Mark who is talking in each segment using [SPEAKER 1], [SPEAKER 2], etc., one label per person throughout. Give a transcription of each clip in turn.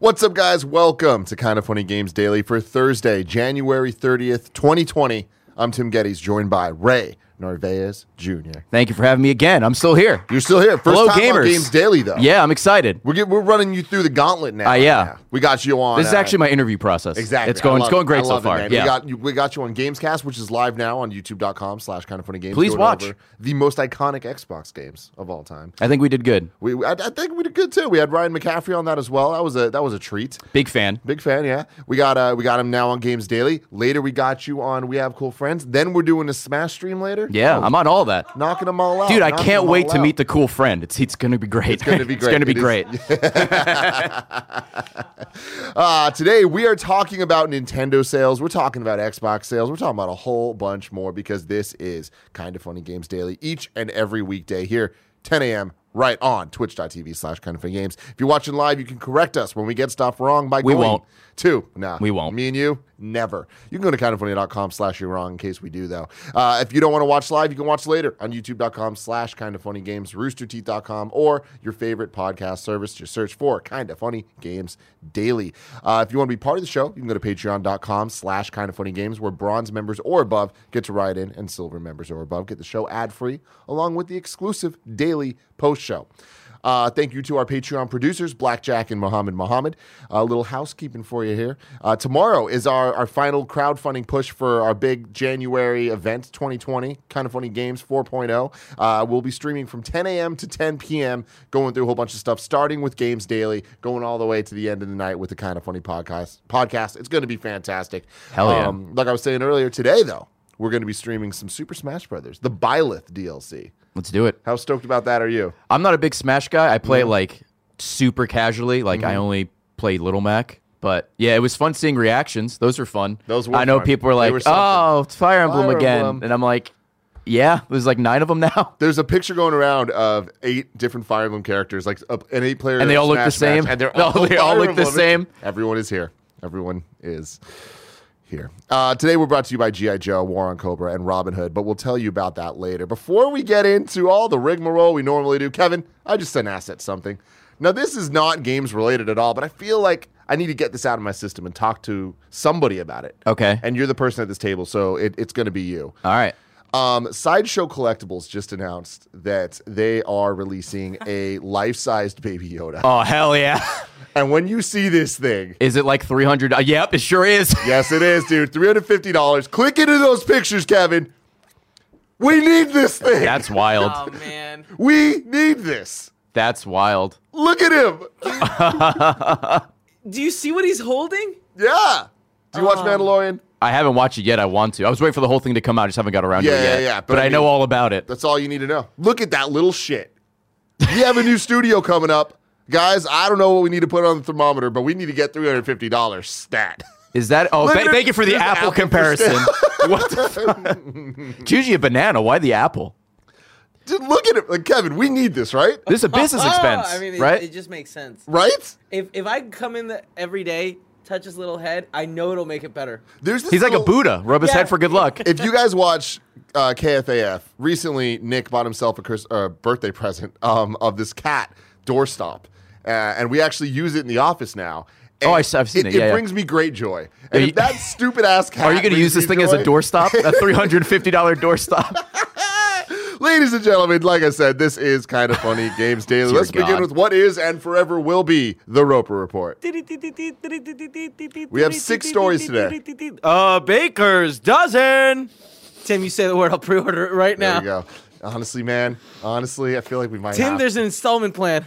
[SPEAKER 1] What's up, guys? Welcome to Kind of Funny Games Daily for Thursday, January 30th, 2020. I'm Tim Geddes, joined by Ray Narvaez Jr.
[SPEAKER 2] Thank you for having me again. I'm still here.
[SPEAKER 1] You're still here. First
[SPEAKER 2] Hello,
[SPEAKER 1] time on
[SPEAKER 2] gamers.
[SPEAKER 1] Games Daily, though.
[SPEAKER 2] Yeah, I'm excited.
[SPEAKER 1] We're, get, we're running you through the gauntlet now.
[SPEAKER 2] Uh, yeah.
[SPEAKER 1] We got you on.
[SPEAKER 2] This is
[SPEAKER 1] uh,
[SPEAKER 2] actually my interview process.
[SPEAKER 1] Exactly.
[SPEAKER 2] It's
[SPEAKER 1] I
[SPEAKER 2] going.
[SPEAKER 1] love
[SPEAKER 2] It's going
[SPEAKER 1] it.
[SPEAKER 2] great
[SPEAKER 1] I
[SPEAKER 2] so
[SPEAKER 1] love it,
[SPEAKER 2] far.
[SPEAKER 1] man.
[SPEAKER 2] yeah.
[SPEAKER 1] We got you, we got you on Gamescast, which is live now on YouTube.com/slash Kind of Funny Games.
[SPEAKER 2] Please
[SPEAKER 1] going
[SPEAKER 2] watch.
[SPEAKER 1] over the most iconic Xbox games of all time.
[SPEAKER 2] I think we did good.
[SPEAKER 1] We, I, I think we did good too. We had Ryan McCaffrey on that as well. That was a that was a treat.
[SPEAKER 2] Big fan.
[SPEAKER 1] Big fan, yeah. We got uh, we got him now on Games Daily. Later, we got you on We Have Cool Friends. Then we're doing a Smash stream later. Oh,
[SPEAKER 2] Yeah, I'm on all that.
[SPEAKER 1] knocking them all out,
[SPEAKER 2] Dude, I
[SPEAKER 1] knocking
[SPEAKER 2] can't
[SPEAKER 1] them
[SPEAKER 2] wait
[SPEAKER 1] Oh, all
[SPEAKER 2] to
[SPEAKER 1] out.
[SPEAKER 2] meet the cool friend. It's it's gonna be great. It's
[SPEAKER 1] gonna be
[SPEAKER 2] it's gonna
[SPEAKER 1] great.
[SPEAKER 2] be
[SPEAKER 1] It is-
[SPEAKER 2] great.
[SPEAKER 1] Uh, today we are talking about Nintendo sales. We're talking about Xbox sales. We're talking about a whole bunch more because this is kind of funny games daily each and every weekday here, 10 a.m. right on twitch.tv slash kind of funny games. If you're watching live, you can correct us when we get stuff wrong by
[SPEAKER 2] We
[SPEAKER 1] going
[SPEAKER 2] won't.
[SPEAKER 1] to nah.
[SPEAKER 2] We won't.
[SPEAKER 1] Me and you, never. You can go to kindoffunny.com slash you're wrong in case we do though. Uh, if you don't want to watch live, you can watch later on youtube.com slash kind of funny games, roosterteeth.com, or your favorite podcast service. Just search for kind of funny games daily. Uh, if you want to be part of the show, you can go to patreon.com slash kind of funny games, where bronze members or above get to write in, and silver members or above get the show ad free, along with the exclusive daily post show. Uh, thank you to our Patreon producers, Blackjack and Mohammed Mohammed. A little housekeeping for you here. Uh, tomorrow is our, our final crowdfunding push for our big January event 2020, Kind of Funny Games 4.0. Uh, we'll be streaming from 10 a.m. to 10 p.m., going through a whole bunch of stuff, starting with Games Daily, going all the way to the end of the night with the Kind of Funny podcast. podcast. It's going to be fantastic. Um,
[SPEAKER 2] Hell yeah.
[SPEAKER 1] like I was saying earlier today, though, we're going to be streaming some Super Smash Brothers, the Byleth DLC.
[SPEAKER 2] Let's do it.
[SPEAKER 1] How stoked about that are you?
[SPEAKER 2] I'm not a big Smash guy. I play like super casually. Like
[SPEAKER 1] Mm-hmm.
[SPEAKER 2] I only play Little Mac. But yeah, it was fun seeing reactions. Those were fun.
[SPEAKER 1] Those were
[SPEAKER 2] I know
[SPEAKER 1] fun.
[SPEAKER 2] people were
[SPEAKER 1] They
[SPEAKER 2] like,
[SPEAKER 1] were something.
[SPEAKER 2] "Oh, it's Fire Emblem
[SPEAKER 1] Fire
[SPEAKER 2] again,"
[SPEAKER 1] Emblem.
[SPEAKER 2] and I'm like, "Yeah, there's like nine of them now."
[SPEAKER 1] There's a picture going around of eight different Fire Emblem characters, like a- an eight player,
[SPEAKER 2] And they all look the same?
[SPEAKER 1] and they're
[SPEAKER 2] No,
[SPEAKER 1] all,
[SPEAKER 2] they all
[SPEAKER 1] Fire
[SPEAKER 2] look the
[SPEAKER 1] Emblem.
[SPEAKER 2] same?
[SPEAKER 1] Everyone is here. Everyone is here. Uh, today we're brought to you by GI Joe, War on Cobra, and Robin Hood, but we'll tell you about that later. Before we get into all the rigmarole we normally do, Kevin, I just sent asset something. Now this is not games related at all, but I feel like I need to get this out of my system and talk to somebody about it.
[SPEAKER 2] Okay.
[SPEAKER 1] And you're the person at this table, so it, it's going to be you.
[SPEAKER 2] All right.
[SPEAKER 1] Um, Sideshow Collectibles just announced that they are releasing a life-sized Baby Yoda,
[SPEAKER 2] Oh hell yeah!
[SPEAKER 1] and when you see this thing,
[SPEAKER 2] Is it like 300? Uh, yep, it sure is.
[SPEAKER 1] yes, it is, dude, three hundred fifty dollars. Click into those pictures, Kevin. We need this thing.
[SPEAKER 2] That's wild.
[SPEAKER 3] Oh man.
[SPEAKER 1] we need this.
[SPEAKER 2] That's wild.
[SPEAKER 1] Look at him.
[SPEAKER 3] Do you see what he's holding?
[SPEAKER 1] Yeah. Do you watch Mandalorian?
[SPEAKER 2] I haven't watched it yet. I want to. I was waiting for the whole thing to come out. I just haven't got around to
[SPEAKER 1] Yeah,
[SPEAKER 2] it
[SPEAKER 1] yeah,
[SPEAKER 2] yet.
[SPEAKER 1] yeah, but
[SPEAKER 2] But,
[SPEAKER 1] I
[SPEAKER 2] I, know
[SPEAKER 1] mean-
[SPEAKER 2] all about it.
[SPEAKER 1] That's all you need to know. Look at that little shit. We have a new studio coming up, guys. I don't know what we need to put on the thermometer, but we need to get three hundred fifty dollars stat.
[SPEAKER 2] Is that? Oh,
[SPEAKER 1] Look
[SPEAKER 2] tha-
[SPEAKER 1] at it.
[SPEAKER 2] thank you for the
[SPEAKER 1] There's an
[SPEAKER 2] apple,
[SPEAKER 1] apple for
[SPEAKER 2] comparison. what the fuck? Choose you a banana. Why the apple?
[SPEAKER 1] Dude, look at it. Like, Kevin, we need this, right?
[SPEAKER 2] This is a business
[SPEAKER 3] Oh,
[SPEAKER 2] expense,
[SPEAKER 3] I mean, it,
[SPEAKER 2] right?
[SPEAKER 3] It just makes sense.
[SPEAKER 1] Right?
[SPEAKER 3] If if I could come in the, every day, touch his little head, I know it'll make it better.
[SPEAKER 1] There's this
[SPEAKER 2] He's like a
[SPEAKER 1] little-
[SPEAKER 2] Buddha. Rub his
[SPEAKER 3] Yeah.
[SPEAKER 2] head for good luck.
[SPEAKER 1] If you guys watch uh, KFAF, recently Nick bought himself a Chris, uh, birthday present um, of this cat doorstop, uh, and we actually use it in the office now. And
[SPEAKER 2] Oh, I s- I've seen it. Yeah, yeah.
[SPEAKER 1] brings me great joy. And
[SPEAKER 2] Are
[SPEAKER 1] if
[SPEAKER 2] you-
[SPEAKER 1] that stupid ass cat.
[SPEAKER 2] Are you going to
[SPEAKER 1] brings
[SPEAKER 2] use this
[SPEAKER 1] me
[SPEAKER 2] thing as a
[SPEAKER 1] joy-
[SPEAKER 2] doorstop? A three hundred fifty dollar doorstop?
[SPEAKER 1] Ladies and gentlemen, like I said, this is kind of funny. Games Daily.
[SPEAKER 2] Dear
[SPEAKER 1] Let's begin
[SPEAKER 2] God.
[SPEAKER 1] with what is and forever will be the Roper Report.
[SPEAKER 4] We
[SPEAKER 1] We have six stories today.
[SPEAKER 4] A baker's dozen.
[SPEAKER 3] Uh, Tim, you say the word, I'll pre-order it right
[SPEAKER 1] There
[SPEAKER 3] now.
[SPEAKER 1] we go. Honestly, man. Honestly, I feel like we might
[SPEAKER 3] Tim,
[SPEAKER 1] have
[SPEAKER 3] there's an installment plan.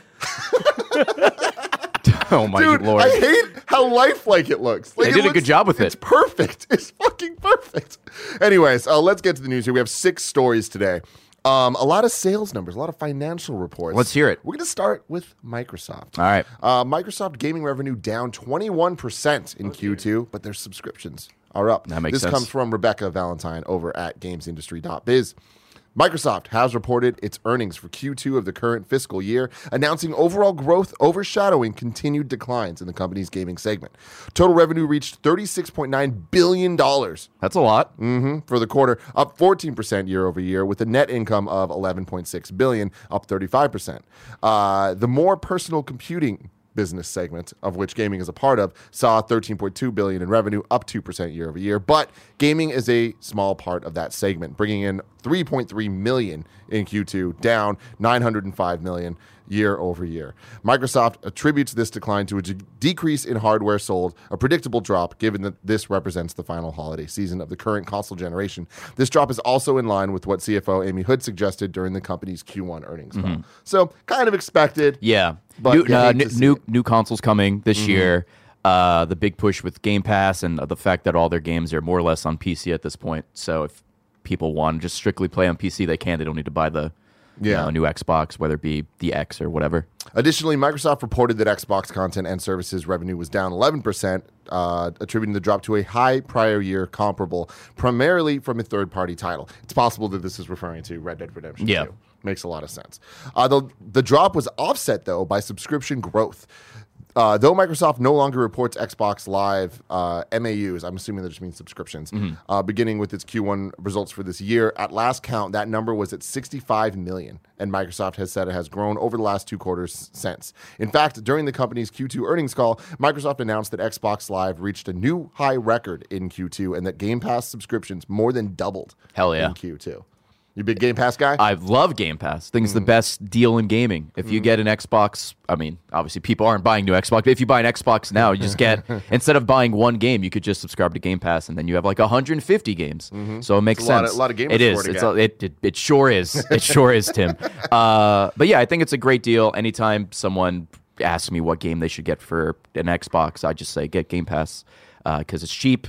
[SPEAKER 2] Oh my
[SPEAKER 1] Dude,
[SPEAKER 2] lord!
[SPEAKER 1] I hate how lifelike it looks. Like,
[SPEAKER 2] They
[SPEAKER 1] it
[SPEAKER 2] did a
[SPEAKER 1] looks-
[SPEAKER 2] good job with
[SPEAKER 1] it's
[SPEAKER 2] it.
[SPEAKER 1] perfect. It's fucking perfect. Anyways, uh, let's get to the news here. We have six stories today. Um, a lot of sales numbers, a lot of financial reports.
[SPEAKER 2] Let's hear it.
[SPEAKER 1] We're going to start with Microsoft.
[SPEAKER 2] All right.
[SPEAKER 1] Uh, Microsoft gaming revenue down 21% in Q2, but their subscriptions are up.
[SPEAKER 2] That makes
[SPEAKER 1] this
[SPEAKER 2] sense.
[SPEAKER 1] comes from Rebecca Valentine over at gamesindustry.biz. Microsoft has reported its earnings for Q2 of the current fiscal year, announcing overall growth overshadowing continued declines in the company's gaming segment. Total revenue reached $36.9 billion
[SPEAKER 2] That's a lot.
[SPEAKER 1] for the quarter, up 14% year over year, with a net income of 11.6 billion, up 35%. Uh, the more personal computing business segment, of which gaming is a part of, saw 13.2 billion in revenue, up 2% year over year. But gaming is a small part of that segment, bringing in 3.3 million in Q2, down 905 million year over year. Microsoft attributes this decline to a de- decrease in hardware sold, a predictable drop given that this represents the final holiday season of the current console generation. This drop is also in line with what CFO Amy Hood suggested during the company's Q1 earnings call. So, kind of expected.
[SPEAKER 2] Yeah,
[SPEAKER 1] But
[SPEAKER 2] new,
[SPEAKER 1] you
[SPEAKER 2] uh,
[SPEAKER 1] hate
[SPEAKER 2] new,
[SPEAKER 1] to see
[SPEAKER 2] new,
[SPEAKER 1] it. Mm-hmm.
[SPEAKER 2] new consoles coming this year. Uh, the big push with Game Pass and the fact that all their games are more or less on PC at this point. So if people want to just strictly play on PC, they can. They don't need to buy the you
[SPEAKER 1] Yeah.
[SPEAKER 2] know, new Xbox, whether it be the X or whatever.
[SPEAKER 1] Additionally, Microsoft reported that Xbox content and services revenue was down 11%, uh, attributing the drop to a high prior year comparable, primarily from a third party title. It's possible that this is referring to Red Dead Redemption
[SPEAKER 2] Yeah.
[SPEAKER 1] 2. Makes a lot of sense. Uh, the, the drop was offset, though, by subscription growth. Uh, though Microsoft no longer reports Xbox Live uh, MAUs, I'm assuming that just means subscriptions,
[SPEAKER 2] Mm-hmm.
[SPEAKER 1] uh, beginning with its Q1 results for this year. At last count, that number was at 65 million, and Microsoft has said it has grown over the last two quarters since. In fact, during the company's Q2 earnings call, Microsoft announced that Xbox Live reached a new high record in Q2 and that Game Pass subscriptions more than doubled
[SPEAKER 2] Hell yeah.
[SPEAKER 1] in Q2. You big Game Pass guy?
[SPEAKER 2] I love Game Pass. I think it's
[SPEAKER 1] Mm-hmm.
[SPEAKER 2] the best deal in gaming. If you get an Xbox, I mean, obviously people aren't buying new Xbox, but if you buy an Xbox now, you just get instead of buying one game, you could just subscribe to Game Pass, and then you have like 150 games. So it
[SPEAKER 1] Mm-hmm. It's a
[SPEAKER 2] makes
[SPEAKER 1] lot
[SPEAKER 2] sense.
[SPEAKER 1] of- lot of gamers
[SPEAKER 2] It
[SPEAKER 1] for
[SPEAKER 2] is.
[SPEAKER 1] to
[SPEAKER 2] It's
[SPEAKER 1] get.
[SPEAKER 2] a, it, it it sure is. It sure is, Tim. Uh, but yeah, I think it's a great deal. Anytime someone asks me what game they should get for an Xbox, I just say get Game Pass because it's cheap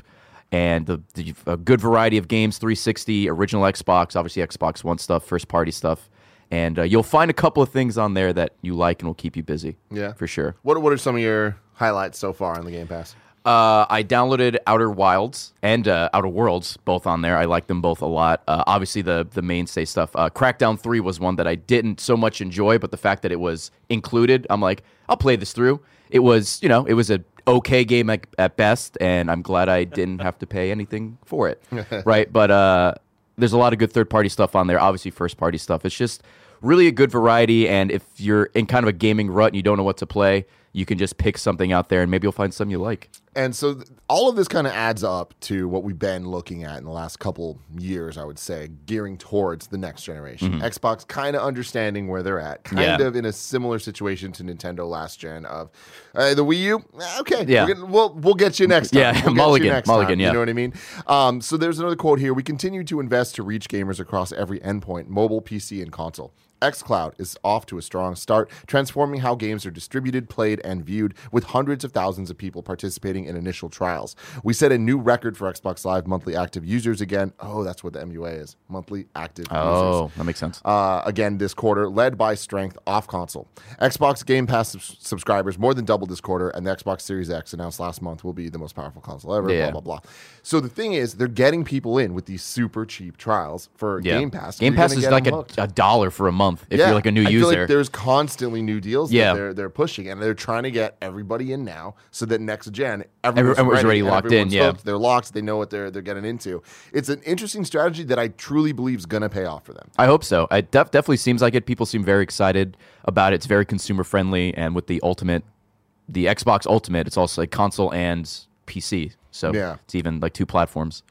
[SPEAKER 2] and the, the a good variety of games 360 original xbox obviously xbox one stuff first party stuff and uh, you'll find a couple of things on there that you like and will keep you busy
[SPEAKER 1] Yeah.
[SPEAKER 2] for sure
[SPEAKER 1] what, what are some of your highlights so far on the Game Pass?
[SPEAKER 2] uh, i downloaded outer wilds and uh, outer worlds both on there i like them both a lot uh, obviously the the mainstay stuff uh, crackdown 3 was one that i didn't so much enjoy but the fact that it was included i'm like i'll play this through it was you know it was a okay game at, at best and i'm glad i didn't have to pay anything for it right but uh there's a lot of good third party stuff on there. Obviously, first party stuff. It's just really a good variety. And if you're in kind of a gaming rut and you don't know what to play, you can just pick something out there and maybe you'll find some you like.
[SPEAKER 1] And so th- all of this kind of adds up to what we've been looking at in the last couple years, I would say, gearing towards the next generation. Xbox kind of understanding where they're at, kind
[SPEAKER 2] Yeah.
[SPEAKER 1] of in a similar situation to Nintendo last gen of uh, the Wii U. eh, Okay,
[SPEAKER 2] Yeah.
[SPEAKER 1] we're gonna- we'll we'll get you next time.
[SPEAKER 2] Yeah,
[SPEAKER 1] We'll get you
[SPEAKER 2] mulligan,
[SPEAKER 1] next
[SPEAKER 2] mulligan,
[SPEAKER 1] time.
[SPEAKER 2] yeah.
[SPEAKER 1] You know what I mean? Um, so there's another quote here. We continue to invest to reach gamers across every endpoint, mobile, PC, and console. xCloud is off to a strong start, transforming how games are distributed, played, and viewed, with hundreds of thousands of people participating in initial trials. We set a new record for Xbox Live monthly active users again. Oh, that's what the MUA is monthly active users
[SPEAKER 2] Oh, that makes sense.
[SPEAKER 1] uh, again this quarter, led by strength off console. Xbox Game Pass subs- subscribers more than doubled this quarter, and the Xbox Series X announced last month will be the most powerful console ever.
[SPEAKER 2] Yeah.
[SPEAKER 1] Blah blah blah. So the thing is, they're getting people in with these super cheap trials for
[SPEAKER 2] Yeah.
[SPEAKER 1] Game Pass.
[SPEAKER 2] Game
[SPEAKER 1] You're
[SPEAKER 2] Pass
[SPEAKER 1] gonna
[SPEAKER 2] is
[SPEAKER 1] get
[SPEAKER 2] like
[SPEAKER 1] them
[SPEAKER 2] a,
[SPEAKER 1] hooked.
[SPEAKER 2] a dollar for a month if you're like a new
[SPEAKER 1] I feel
[SPEAKER 2] user.
[SPEAKER 1] like there's constantly new deals
[SPEAKER 2] Yeah.
[SPEAKER 1] that they're they're pushing, and they're trying to get everybody in now, so that next gen everyone's,
[SPEAKER 2] Everyone's already
[SPEAKER 1] ready, and
[SPEAKER 2] locked in,
[SPEAKER 1] everyone's
[SPEAKER 2] yeah.
[SPEAKER 1] hooked, they're locked. They know what they're they're getting into. It's an interesting strategy that I truly believe is going to pay off for them.
[SPEAKER 2] I hope so. It def- definitely seems like it. People seem very excited about it. It's very consumer friendly, and with the ultimate, the Xbox Ultimate, it's also like console and PC. So
[SPEAKER 1] Yeah.
[SPEAKER 2] it's even like two platforms.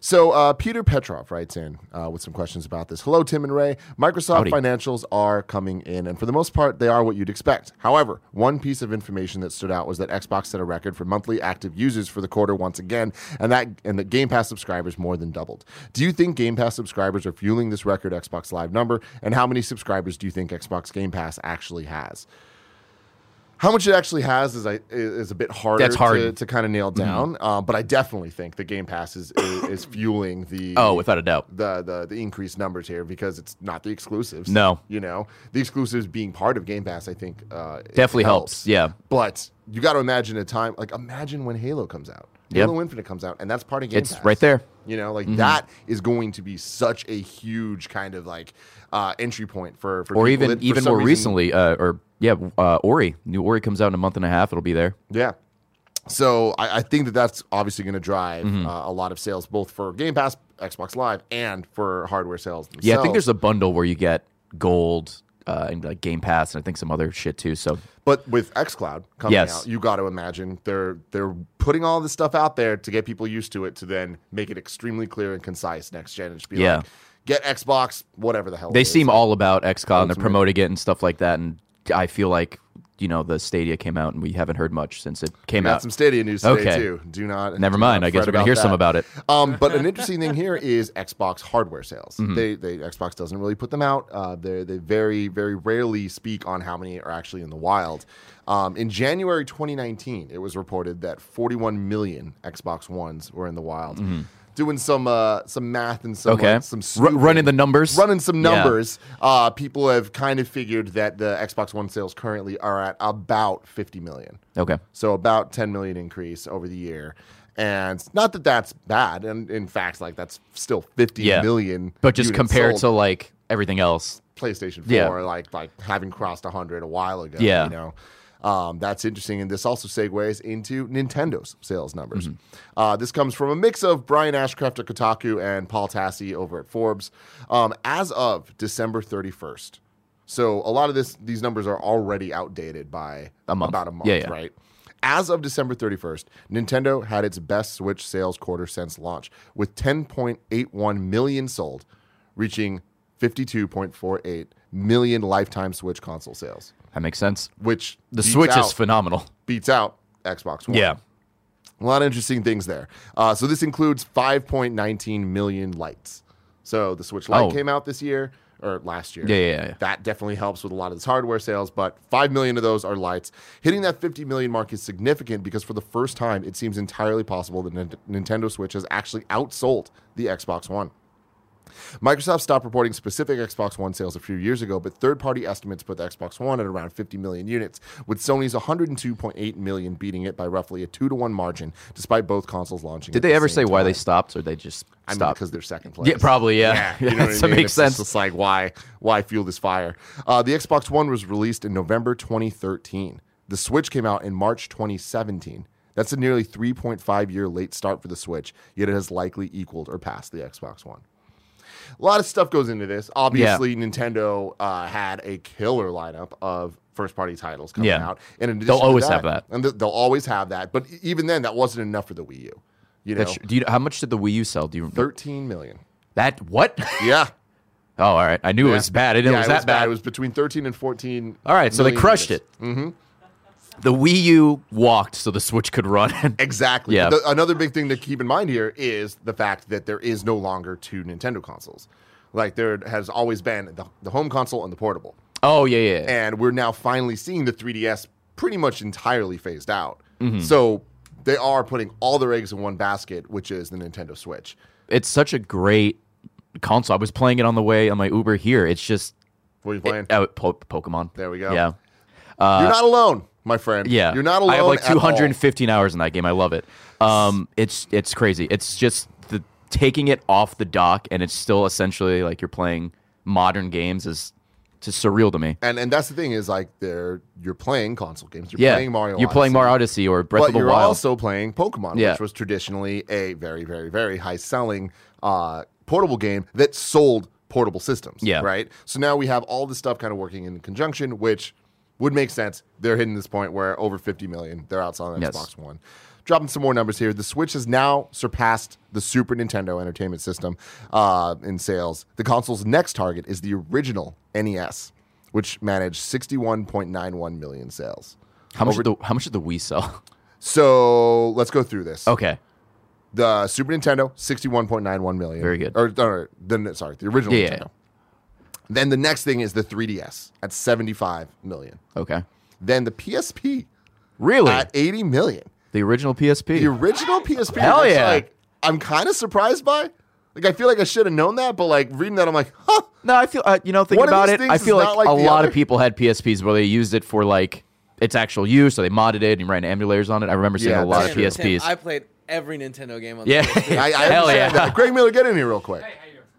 [SPEAKER 1] So uh, Peter Petrov writes in uh, with some questions about this. Hello, Tim and Ray. Microsoft
[SPEAKER 2] Howdy.
[SPEAKER 1] financials are coming in, and for the most part, they are what you'd expect. However, one piece of information that stood out was that Xbox set a record for monthly active users for the quarter once again, and that and that Game Pass subscribers more than doubled. Do you think Game Pass subscribers are fueling this record Xbox Live number? And how many subscribers do you think Xbox Game Pass actually has? How much it actually has is I is a bit harder
[SPEAKER 2] That's hard.
[SPEAKER 1] to, to kind of
[SPEAKER 2] Mm-hmm.
[SPEAKER 1] nail down. Uh, but I definitely think the Game Pass is is, is fueling the
[SPEAKER 2] Oh, without a doubt.
[SPEAKER 1] the, the the increased numbers here because it's not the exclusives.
[SPEAKER 2] No.
[SPEAKER 1] you know the exclusives being part of Game Pass, I think uh, it
[SPEAKER 2] Definitely helps, yeah.
[SPEAKER 1] but you got to imagine a time like imagine when Halo comes out,
[SPEAKER 2] Yep.
[SPEAKER 1] Halo Infinite comes out, and that's part of Game
[SPEAKER 2] It's
[SPEAKER 1] Pass.
[SPEAKER 2] right there. Mm-hmm.
[SPEAKER 1] You know, like that is going to be such a huge kind of like uh, entry point for, for
[SPEAKER 2] or
[SPEAKER 1] people
[SPEAKER 2] even
[SPEAKER 1] that for
[SPEAKER 2] even
[SPEAKER 1] some
[SPEAKER 2] more
[SPEAKER 1] reason-
[SPEAKER 2] recently, uh, or yeah, uh, Ori. New Ori comes out in a month and a half. It'll be there.
[SPEAKER 1] Yeah. So I, I think that that's obviously going to drive
[SPEAKER 2] Mm-hmm.
[SPEAKER 1] uh, a lot of sales, both for Game Pass, Xbox Live, and for hardware sales. Themselves.
[SPEAKER 2] Yeah, I think there's a bundle where you get gold, uh, and like Game Pass and I think some other shit too. So
[SPEAKER 1] But with XCloud coming
[SPEAKER 2] Yes.
[SPEAKER 1] out, you got to imagine they're they're putting all this stuff out there to get people used to it, to then make it extremely clear and concise next gen. And just be
[SPEAKER 2] Yeah.
[SPEAKER 1] like, get Xbox, whatever the hell.
[SPEAKER 2] they
[SPEAKER 1] it is.
[SPEAKER 2] seem all about XCloud and they're
[SPEAKER 1] Ultimate.
[SPEAKER 2] promoting it and stuff like that. And I feel like you know the Stadia came out and we haven't heard much since it came
[SPEAKER 1] Got
[SPEAKER 2] out.
[SPEAKER 1] some Stadia news today
[SPEAKER 2] Okay.
[SPEAKER 1] too. Do not.
[SPEAKER 2] Never
[SPEAKER 1] do
[SPEAKER 2] mind.
[SPEAKER 1] not
[SPEAKER 2] I guess
[SPEAKER 1] fret
[SPEAKER 2] we're gonna hear some
[SPEAKER 1] that.
[SPEAKER 2] about it.
[SPEAKER 1] Um, but an interesting thing here is Xbox hardware sales.
[SPEAKER 2] Mm-hmm.
[SPEAKER 1] They, they Xbox doesn't really put them out. Uh, they they very very rarely speak on how many are actually in the wild. Um, in January 2019, it was reported that 41 million Xbox Ones were in the wild. Doing some uh, some math and some
[SPEAKER 2] Mm-hmm. Okay,
[SPEAKER 1] like, some
[SPEAKER 2] Ru-
[SPEAKER 1] stupid-
[SPEAKER 2] running the numbers.
[SPEAKER 1] running some
[SPEAKER 2] Yeah.
[SPEAKER 1] numbers. Uh, people have kind of figured that the Xbox One sales currently are at about 50 million.
[SPEAKER 2] Okay.
[SPEAKER 1] So about 10 million increase over the year. And not that that's bad. And in fact, like that's still fifty million.
[SPEAKER 2] Yeah. But just
[SPEAKER 1] units
[SPEAKER 2] compared to
[SPEAKER 1] sold.
[SPEAKER 2] like everything else,
[SPEAKER 1] PlayStation 4,
[SPEAKER 2] Yeah.
[SPEAKER 1] like like having crossed 100 a while ago,
[SPEAKER 2] Yeah.
[SPEAKER 1] you know. Um, that's interesting, and this also segues into Nintendo's sales numbers.
[SPEAKER 2] Mm-hmm.
[SPEAKER 1] Uh, this comes from a mix of Brian Ashcraft at Kotaku and Paul Tassi over at Forbes. Um, as of December 31st, so a lot of this these numbers are already outdated by
[SPEAKER 2] A month.
[SPEAKER 1] about a month,
[SPEAKER 2] Yeah, yeah.
[SPEAKER 1] right? As of December 31st, Nintendo had its best Switch sales quarter since launch, with 10.81 million sold, reaching 52.48 million lifetime Switch console sales,
[SPEAKER 2] that makes sense.
[SPEAKER 1] which
[SPEAKER 2] The
[SPEAKER 1] beats
[SPEAKER 2] Switch
[SPEAKER 1] out-
[SPEAKER 2] is phenomenal.
[SPEAKER 1] beats out Xbox One.
[SPEAKER 2] Yeah.
[SPEAKER 1] A lot of interesting things there. Uh, so this includes 5.19 million lights. So the Switch Lite
[SPEAKER 2] Oh.
[SPEAKER 1] came out this year or last year.
[SPEAKER 2] Yeah, yeah, yeah.
[SPEAKER 1] That definitely helps with a lot of this hardware sales, but 5 million of those are lights. Hitting that 50 million mark is significant because for the first time, it seems entirely possible that Nin- Nintendo Switch has actually outsold the Xbox One. Microsoft stopped reporting specific Xbox One sales a few years ago, but third party estimates put the Xbox One at around 50 million units, with Sony's 102.8 million beating it by roughly a 2 to 1 margin, despite both consoles launching.
[SPEAKER 2] Did they ever say why they stopped or they just
[SPEAKER 1] I mean,
[SPEAKER 2] stopped?
[SPEAKER 1] because they're second place.
[SPEAKER 2] yeah, probably. Yeah,
[SPEAKER 1] You know what I
[SPEAKER 2] that
[SPEAKER 1] mean?
[SPEAKER 2] makes
[SPEAKER 1] It's just-
[SPEAKER 2] sense.
[SPEAKER 1] It's like why why fuel this fire? Uh, the Xbox One was released in November 2013. The Switch came out in March 2017. That's a nearly 3.5 year late start for the Switch, yet it has likely equaled or passed the Xbox One. A lot of stuff goes into this. Obviously, Nintendo uh, had a killer lineup of first party titles coming
[SPEAKER 2] Yeah.
[SPEAKER 1] out, and in
[SPEAKER 2] They'll
[SPEAKER 1] addition to
[SPEAKER 2] always have that.
[SPEAKER 1] and th- they'll always have that. But e- even then, that wasn't enough for the Wii U. You know,
[SPEAKER 2] That's tr- do you know, how much did the Wii U sell? Do you remember
[SPEAKER 1] 13 million.
[SPEAKER 2] that? What?
[SPEAKER 1] Yeah.
[SPEAKER 2] Oh, all right. I knew it was bad. I didn't know
[SPEAKER 1] Yeah,
[SPEAKER 2] it was that bad.
[SPEAKER 1] It was between 13 and 14.
[SPEAKER 2] all right, so they
[SPEAKER 1] million
[SPEAKER 2] crushed
[SPEAKER 1] units.
[SPEAKER 2] it. Mm-hmm. The Wii U walked, so the Switch could run.
[SPEAKER 1] Exactly.
[SPEAKER 2] Yeah.
[SPEAKER 1] The- another big thing to keep in mind here is the fact that there is no longer two Nintendo consoles. Like there has always been the, the home console and the portable.
[SPEAKER 2] oh yeah, yeah. yeah.
[SPEAKER 1] And we're now finally seeing the 3DS pretty much entirely phased out.
[SPEAKER 2] Mm-hmm.
[SPEAKER 1] So they are putting all their eggs in one basket, which is the Nintendo Switch.
[SPEAKER 2] It's such a great console. I was playing it on the way on my Uber here. It's just
[SPEAKER 1] What are you playing?
[SPEAKER 2] oh, po- Pokemon.
[SPEAKER 1] There we go.
[SPEAKER 2] Yeah.
[SPEAKER 1] You're not alone, my friend.
[SPEAKER 2] uh, Yeah,
[SPEAKER 1] You're not alone.
[SPEAKER 2] I have like
[SPEAKER 1] at all.
[SPEAKER 2] 215 hours in that game. I love it. Um, it's it's crazy. It's just the taking it off the dock, and it's still essentially like you're playing modern games is just surreal to me.
[SPEAKER 1] And and that's the thing is like they're you're playing console games. You're
[SPEAKER 2] yeah,
[SPEAKER 1] playing Mario.
[SPEAKER 2] You're playing
[SPEAKER 1] Odyssey.
[SPEAKER 2] Mario Odyssey or Breath
[SPEAKER 1] but
[SPEAKER 2] of the
[SPEAKER 1] you're
[SPEAKER 2] Wild.
[SPEAKER 1] also playing Pokemon,
[SPEAKER 2] Yeah.
[SPEAKER 1] which was traditionally a very, very, very high selling uh, portable game that sold portable systems.
[SPEAKER 2] Yeah.
[SPEAKER 1] Right. So now we have all this stuff kind of working in conjunction, which would make sense. They're hitting this point where over 50 million, they're outselling
[SPEAKER 2] Yes.
[SPEAKER 1] Xbox One. Dropping some more numbers here. The Switch has now surpassed the Super Nintendo Entertainment System uh, in sales. The console's next target is the original NES, which managed 61.91 million sales.
[SPEAKER 2] how much did the how much did the Wii sell?
[SPEAKER 1] So let's go through this.
[SPEAKER 2] okay,
[SPEAKER 1] The Super Nintendo, 61.91 million.
[SPEAKER 2] Very good.
[SPEAKER 1] Or, or the, sorry, the original
[SPEAKER 2] Yeah, yeah,
[SPEAKER 1] Nintendo. Then the next thing is the 3DS at 75 million.
[SPEAKER 2] okay,
[SPEAKER 1] Then the PSP
[SPEAKER 2] really?
[SPEAKER 1] at 80 million.
[SPEAKER 2] the original PSP.
[SPEAKER 1] The original PSP,
[SPEAKER 2] Hell
[SPEAKER 1] which,
[SPEAKER 2] yeah.
[SPEAKER 1] like, I'm kind of surprised by. Like, I feel like I should have known that, but like reading that, I'm like, huh,
[SPEAKER 2] no, I feel uh, you know think
[SPEAKER 1] One of
[SPEAKER 2] about
[SPEAKER 1] these
[SPEAKER 2] it.
[SPEAKER 1] things
[SPEAKER 2] I
[SPEAKER 1] is
[SPEAKER 2] feel like,
[SPEAKER 1] not like the
[SPEAKER 2] a lot
[SPEAKER 1] other.
[SPEAKER 2] of people had PSPs where they used it for like its actual use, so they modded it and ran emulators on it. I remember seeing
[SPEAKER 1] Yeah,
[SPEAKER 2] a lot
[SPEAKER 1] that's
[SPEAKER 2] of
[SPEAKER 1] true.
[SPEAKER 2] PSPs.
[SPEAKER 3] I played every Nintendo game on the
[SPEAKER 2] yeah,
[SPEAKER 1] I, I
[SPEAKER 2] hell yeah.
[SPEAKER 1] understand that. Greg Miller, get in here real quick.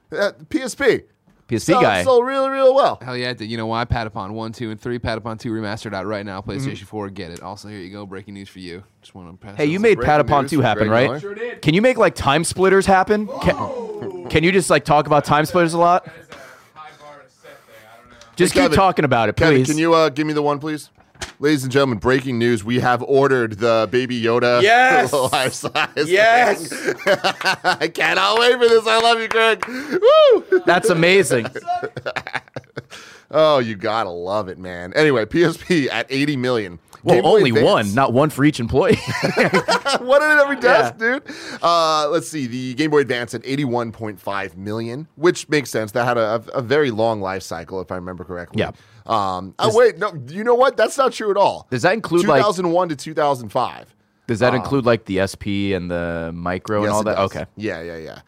[SPEAKER 1] Uh, PSP.
[SPEAKER 2] PSP
[SPEAKER 1] Sold-
[SPEAKER 2] guy.
[SPEAKER 1] Oh, Sold really, real well.
[SPEAKER 5] Hell yeah, I did. you know why? Patapon 1, 2, and 3. Patapon 2 remastered out right now. PlayStation 4, get it. Also, here you go. Breaking news for you. Just want to pass
[SPEAKER 2] Mm-hmm. Hey,
[SPEAKER 5] it
[SPEAKER 2] you
[SPEAKER 5] on.
[SPEAKER 2] made
[SPEAKER 1] breaking
[SPEAKER 2] Patapon
[SPEAKER 1] news
[SPEAKER 2] 2
[SPEAKER 1] from
[SPEAKER 2] happen,
[SPEAKER 1] Greg Miller.
[SPEAKER 2] right?
[SPEAKER 1] Sure
[SPEAKER 2] did. Can you make like time splitters happen? Can, can you just like talk about time splitters a lot? Just
[SPEAKER 1] Hey,
[SPEAKER 2] keep
[SPEAKER 1] Kevin.
[SPEAKER 2] talking about it,
[SPEAKER 1] Kevin,
[SPEAKER 2] please.
[SPEAKER 1] can you uh, give me the one, please? Ladies and gentlemen, breaking news: We have ordered the Baby Yoda
[SPEAKER 3] Yes!
[SPEAKER 1] life size.
[SPEAKER 3] Yes!
[SPEAKER 1] I cannot wait for this. I love you, Greg. Woo!
[SPEAKER 2] That's amazing.
[SPEAKER 1] Oh, you gotta love it, man. Anyway, PSP at 80 million.
[SPEAKER 2] Well,
[SPEAKER 1] Game Boy
[SPEAKER 2] only
[SPEAKER 1] Advance-
[SPEAKER 2] one, not one for each employee.
[SPEAKER 1] one at every desk, dude. Uh, let's see. The Game Boy Advance at 81.5 million, which makes sense. That had a, a very long life cycle, if I remember correctly.
[SPEAKER 2] Yeah.
[SPEAKER 1] Um, oh, wait. No, you know what? That's not true at all.
[SPEAKER 2] Does that include, like-
[SPEAKER 1] 2001 to 2005?
[SPEAKER 2] Does that include like the SP and the micro and
[SPEAKER 1] Um, Yes,
[SPEAKER 2] all
[SPEAKER 1] it
[SPEAKER 2] that?
[SPEAKER 1] does.
[SPEAKER 2] Okay.
[SPEAKER 1] Yeah, yeah, yeah.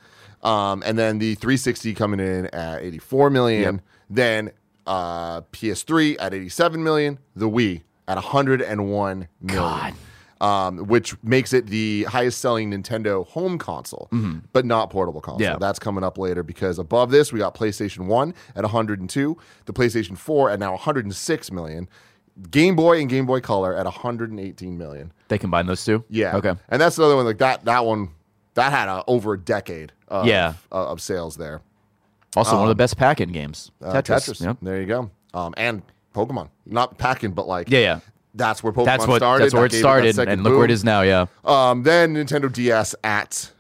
[SPEAKER 1] Um, and then the 360 coming in at 84 million. Then uh, PS3 at 87 million. The Wii at 101 million. Um, which makes it the highest selling Nintendo home console, but not portable console.
[SPEAKER 2] Mm-hmm. Yeah.
[SPEAKER 1] That's coming up later because above this, we got PlayStation 1 at 102, the PlayStation 4 at now 106 million, Game Boy and Game Boy Color at 118 million.
[SPEAKER 2] They combine those two?
[SPEAKER 1] Yeah.
[SPEAKER 2] Okay.
[SPEAKER 1] And that's another one like that. That one that had uh, over a decade. Of,
[SPEAKER 2] Yeah.
[SPEAKER 1] uh, of sales there.
[SPEAKER 2] Also, one of the best pack in games.
[SPEAKER 1] Um, Uh,
[SPEAKER 2] Tetris.
[SPEAKER 1] Tetris.
[SPEAKER 2] Yep.
[SPEAKER 1] There you go. Um, and Pokemon, not packing, but like
[SPEAKER 2] Yeah, yeah.
[SPEAKER 1] That's where Pokemon
[SPEAKER 2] That's what
[SPEAKER 1] started.
[SPEAKER 2] that's where it
[SPEAKER 1] That gave that
[SPEAKER 2] started.
[SPEAKER 1] second
[SPEAKER 2] and look where it
[SPEAKER 1] boom.
[SPEAKER 2] is now, yeah.
[SPEAKER 1] Um, then Nintendo DS at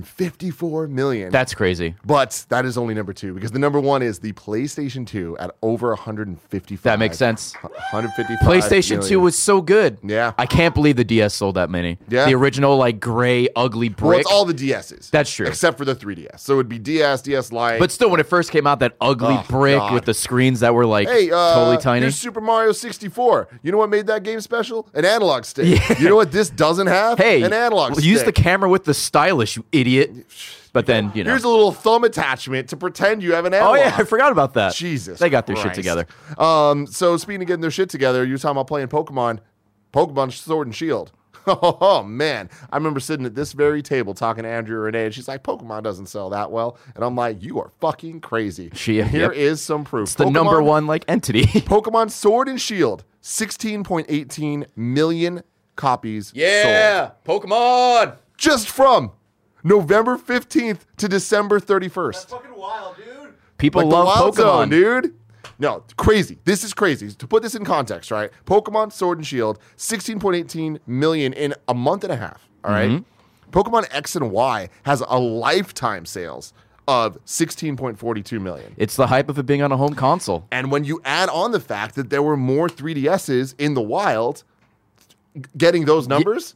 [SPEAKER 1] 154 million.
[SPEAKER 2] That's crazy.
[SPEAKER 1] but that is only number two because the number one is the PlayStation 2 at over 155.
[SPEAKER 2] That makes sense.
[SPEAKER 1] 155.
[SPEAKER 2] PlayStation 2
[SPEAKER 1] million.
[SPEAKER 2] was so good.
[SPEAKER 1] Yeah.
[SPEAKER 2] I can't believe the DS sold that many.
[SPEAKER 1] Yeah.
[SPEAKER 2] The original, like, gray, ugly brick.
[SPEAKER 1] well, it's all the DSs.
[SPEAKER 2] That's true.
[SPEAKER 1] except for the 3DS. So it would be DS, DS Lite,
[SPEAKER 2] but still, when it first came out, that ugly
[SPEAKER 1] Oh,
[SPEAKER 2] brick
[SPEAKER 1] God.
[SPEAKER 2] with the screens that were like
[SPEAKER 1] Hey, uh,
[SPEAKER 2] totally tiny.
[SPEAKER 1] Here's Super Mario 64. You know what made that game special? An analog stick. You know what this doesn't have?
[SPEAKER 2] Hey,
[SPEAKER 1] an analog
[SPEAKER 2] l-
[SPEAKER 1] stick.
[SPEAKER 2] use the camera with the stylus, you idiot. But then, you know.
[SPEAKER 1] Here's a little thumb attachment to pretend you have an
[SPEAKER 2] oh,
[SPEAKER 1] analog.
[SPEAKER 2] yeah, I forgot about that.
[SPEAKER 1] Jesus,
[SPEAKER 2] They got their shit
[SPEAKER 1] Christ.
[SPEAKER 2] together.
[SPEAKER 1] Um, so speaking of getting their shit together, you were talking about playing Pokemon, Pokemon Sword and Shield. Oh man, I remember sitting at this very table talking to Andrea Renee, and she's like, "Pokemon doesn't sell that well," and I'm like, "You are fucking crazy."
[SPEAKER 2] She-
[SPEAKER 1] And here
[SPEAKER 2] yep.
[SPEAKER 1] is some proof.
[SPEAKER 2] It's the number
[SPEAKER 1] Pokemon-
[SPEAKER 2] one, like, entity.
[SPEAKER 1] Pokemon Sword and Shield, 16.18 million copies sold.
[SPEAKER 2] Pokemon.
[SPEAKER 1] Just from November 15th to December 31st.
[SPEAKER 4] Fucking wild, dude.
[SPEAKER 2] People
[SPEAKER 1] the
[SPEAKER 2] love
[SPEAKER 1] Wild
[SPEAKER 2] Pokemon,
[SPEAKER 1] Zone, dude. No, crazy. This is crazy. To put this in context, right? Pokemon Sword and Shield, 16.18 million in a month and a half. All right? Pokemon X and Y has a lifetime sales of 16.42 million.
[SPEAKER 2] It's the hype of it being on a home console.
[SPEAKER 1] And when you add on the fact that there were more 3DSs in the wild, getting those numbers,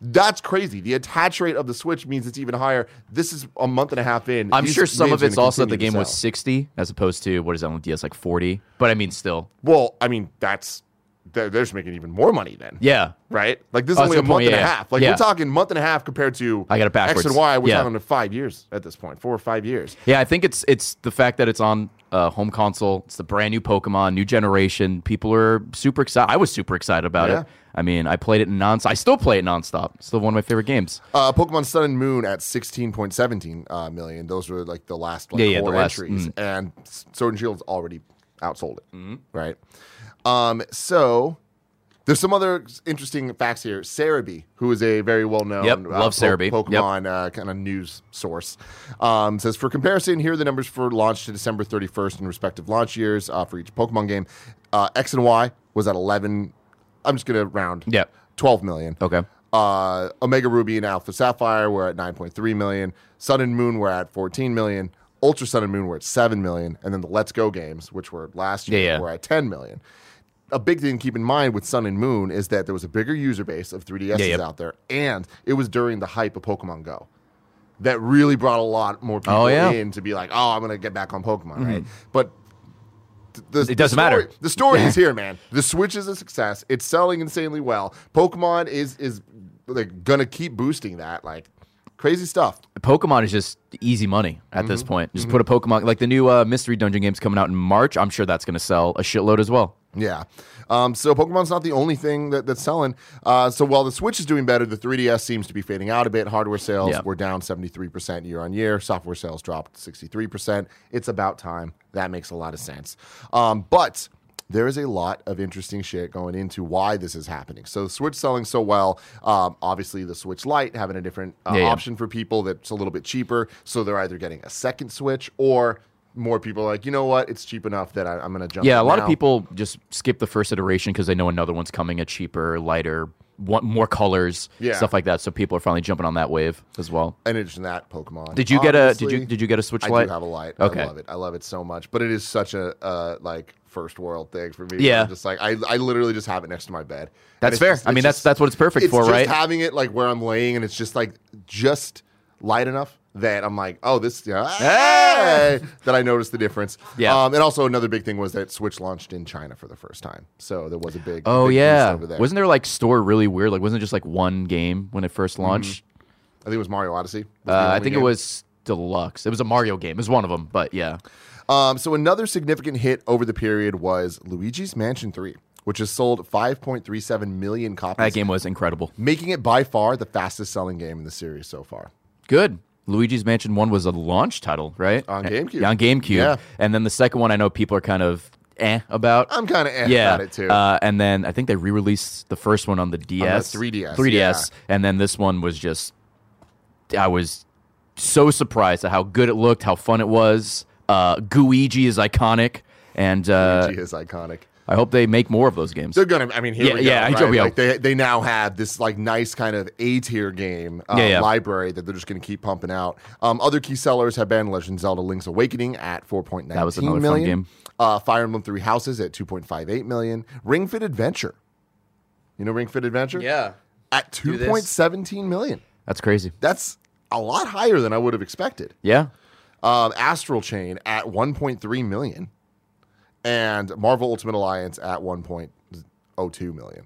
[SPEAKER 1] that's crazy. The attach rate of the Switch means it's even higher. This is a month and a half in.
[SPEAKER 2] I'm
[SPEAKER 1] These
[SPEAKER 2] sure some
[SPEAKER 1] games
[SPEAKER 2] of
[SPEAKER 1] are
[SPEAKER 2] it's
[SPEAKER 1] gonna
[SPEAKER 2] also that the
[SPEAKER 1] continue
[SPEAKER 2] game
[SPEAKER 1] to
[SPEAKER 2] was
[SPEAKER 1] sell.
[SPEAKER 2] 60 as opposed to what is that on DS like 40. But I mean, still,
[SPEAKER 1] Well, I mean, that's they're, they're just making even more money then.
[SPEAKER 2] yeah.
[SPEAKER 1] Right? Like this is
[SPEAKER 2] Oh, that's
[SPEAKER 1] only
[SPEAKER 2] a
[SPEAKER 1] a
[SPEAKER 2] good
[SPEAKER 1] month
[SPEAKER 2] point.
[SPEAKER 1] and a
[SPEAKER 2] Yeah, yeah.
[SPEAKER 1] half. Like
[SPEAKER 2] Yeah.
[SPEAKER 1] we're talking month and a half compared to
[SPEAKER 2] I got it
[SPEAKER 1] X and
[SPEAKER 2] backwards.
[SPEAKER 1] Y. We're
[SPEAKER 2] Yeah.
[SPEAKER 1] talking to five years at this point, four or five years.
[SPEAKER 2] Yeah, I think it's it's the fact that it's on uh, home console. It's the brand new Pokemon, new generation. People are super excited. I was super excited about
[SPEAKER 1] Yeah.
[SPEAKER 2] it. I mean, I played it nonstop. I still play it nonstop. Still one of my favorite games.
[SPEAKER 1] Uh, Pokemon Sun and Moon at 16.17 uh, million. Those were like the last like,
[SPEAKER 2] Yeah, yeah,
[SPEAKER 1] core
[SPEAKER 2] the last- mm.
[SPEAKER 1] entries. And S- Sword and Shield's already outsold it. Right. Um, so there's some other s- interesting facts here. Cerebi, who is a very well known
[SPEAKER 2] Yep, love Cerebi. Yep.
[SPEAKER 1] Pokemon uh, kind of news source, um, says for comparison, here are the numbers for launch to December 31st in respective launch years uh, for each Pokemon game. Uh, X and Y was at 11. I'm just going to round.
[SPEAKER 2] Yep.
[SPEAKER 1] 12 million.
[SPEAKER 2] Okay.
[SPEAKER 1] Uh, Omega Ruby and Alpha Sapphire were at 9.3 million. Sun and Moon were at 14 million. Ultra Sun and Moon were at 7 million. And then the Let's Go games, which were last year,
[SPEAKER 2] Yeah, yeah.
[SPEAKER 1] were at 10 million. A big thing to keep in mind with Sun and Moon is that there was a bigger user base of 3DSs
[SPEAKER 2] Yeah, yeah.
[SPEAKER 1] out there, and it was during the hype of Pokemon Go that really brought a lot more people
[SPEAKER 2] Oh, yeah. Mm-hmm.
[SPEAKER 1] in to be like, oh, I'm going to get back on Pokemon, right? But th- the, the
[SPEAKER 2] doesn't
[SPEAKER 1] story-
[SPEAKER 2] matter.
[SPEAKER 1] The story is here, man. The Switch is a success. It's selling insanely well. Pokemon is is like gonna keep boosting that. Like crazy stuff.
[SPEAKER 2] Pokemon is just easy money at
[SPEAKER 1] Mm-hmm.
[SPEAKER 2] this point. Just put a Pokemon like the new uh, mystery dungeon game's coming out in March. I'm sure that's going to sell a shitload as well.
[SPEAKER 1] Yeah. Um, so Pokemon's not the only thing that, that's selling. Uh, so while the Switch is doing better, the 3DS seems to be fading out a bit. Hardware sales
[SPEAKER 2] Yeah.
[SPEAKER 1] were down 73% year on year. Software sales dropped 63%. It's about time. That makes a lot of sense. Um, but there is a lot of interesting shit going into why this is happening. So the Switch selling so well, um, obviously the Switch Lite having a different uh,
[SPEAKER 2] Yeah, yeah.
[SPEAKER 1] option for people that's a little bit cheaper. So they're either getting a second Switch or more people are like, you know what, it's cheap enough that I, I'm going to jump.
[SPEAKER 2] Yeah, a
[SPEAKER 1] in
[SPEAKER 2] lot of
[SPEAKER 1] now."
[SPEAKER 2] people just skip the first iteration because they know another one's coming, a cheaper, lighter, want more colors,
[SPEAKER 1] Yeah.
[SPEAKER 2] stuff like that. So people are finally jumping on that wave as well.
[SPEAKER 1] And it's that Pokemon.
[SPEAKER 2] Did you get a did you
[SPEAKER 1] Obviously,
[SPEAKER 2] did you get a Switch
[SPEAKER 1] I
[SPEAKER 2] Lite?
[SPEAKER 1] do have a light. I
[SPEAKER 2] Okay.
[SPEAKER 1] love it. I love it so much. But it is such a uh, like first world thing for me.
[SPEAKER 2] Yeah.
[SPEAKER 1] I'm just like I, I literally just have it next to my bed. And
[SPEAKER 2] That's
[SPEAKER 1] it's
[SPEAKER 2] fair.
[SPEAKER 1] just-
[SPEAKER 2] I
[SPEAKER 1] it's
[SPEAKER 2] mean, that's
[SPEAKER 1] just-
[SPEAKER 2] that's what it's perfect
[SPEAKER 1] it's
[SPEAKER 2] for,
[SPEAKER 1] just
[SPEAKER 2] right?
[SPEAKER 1] Having it like where I'm laying, and it's just like just light enough that I'm like, oh, this yeah, hey! that I noticed the difference.
[SPEAKER 2] Ah! Yeah.
[SPEAKER 1] Um, and also another big thing was that Switch launched in China for the first time, so there was a big
[SPEAKER 2] oh
[SPEAKER 1] big boost
[SPEAKER 2] yeah,
[SPEAKER 1] over there.
[SPEAKER 2] wasn't there like store really weird? Like wasn't it just like one game when it first launched?
[SPEAKER 1] I think Mm-hmm. it was Mario Odyssey. was the
[SPEAKER 2] Uh, I
[SPEAKER 1] only
[SPEAKER 2] think
[SPEAKER 1] game.
[SPEAKER 2] it was Deluxe. It was a Mario game. It was one of them, but yeah.
[SPEAKER 1] Um, so another significant hit over the period was Luigi's Mansion 3, which has sold 5.37 million copies,
[SPEAKER 2] That game was incredible.
[SPEAKER 1] making it by far the fastest selling game in the series so far.
[SPEAKER 2] Good. Luigi's Mansion 1 was a launch title, right?
[SPEAKER 1] On
[SPEAKER 2] Uh,
[SPEAKER 1] GameCube.
[SPEAKER 2] Yeah, on GameCube.
[SPEAKER 1] Yeah.
[SPEAKER 2] And then the second one I know people are kind of eh about.
[SPEAKER 1] I'm kind of eh
[SPEAKER 2] yeah.
[SPEAKER 1] about it too.
[SPEAKER 2] Uh, and then I think they re-released the first one on the DS.
[SPEAKER 1] 3DS,
[SPEAKER 2] 3DS. And then this one was just I was so surprised at how good it looked, how fun it was. Uh Guigi is iconic. And uh,
[SPEAKER 1] Luigi is iconic.
[SPEAKER 2] I hope they make more of those games.
[SPEAKER 1] They're gonna. I mean, here
[SPEAKER 2] Yeah,
[SPEAKER 1] we go.
[SPEAKER 2] yeah, I-
[SPEAKER 1] right?
[SPEAKER 2] yeah.
[SPEAKER 1] Like they they now have this like nice kind of A tier game uh,
[SPEAKER 2] Yeah, yeah.
[SPEAKER 1] library that they're just gonna keep pumping out. Um, other key sellers have been Legend of Zelda: Link's Awakening at four point nine.
[SPEAKER 2] That was another fun game.
[SPEAKER 1] Uh, Fire Emblem Three Houses at two point five eight million. Ring Fit Adventure. You know Ring Fit Adventure?
[SPEAKER 3] Yeah.
[SPEAKER 1] At two point seventeen million.
[SPEAKER 2] That's crazy.
[SPEAKER 1] That's a lot higher than I would have expected.
[SPEAKER 2] Yeah.
[SPEAKER 1] Um, Astral Chain at one point three million, and Marvel Ultimate Alliance at one point oh two million.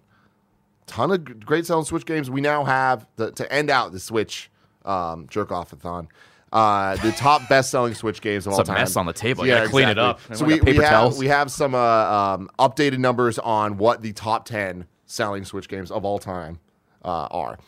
[SPEAKER 1] Ton of g- great selling Switch games. We now have the, to end out the Switch um, jerk off-a-thon. Uh, the top best-selling Switch games of all
[SPEAKER 2] a
[SPEAKER 1] time.
[SPEAKER 2] mess on the table. I gotta clean it up.
[SPEAKER 1] So
[SPEAKER 2] I
[SPEAKER 1] we,
[SPEAKER 2] got
[SPEAKER 1] we
[SPEAKER 2] paper
[SPEAKER 1] have
[SPEAKER 2] towels.
[SPEAKER 1] we have some uh, um, updated numbers on what the top ten selling Switch games of all time uh, are.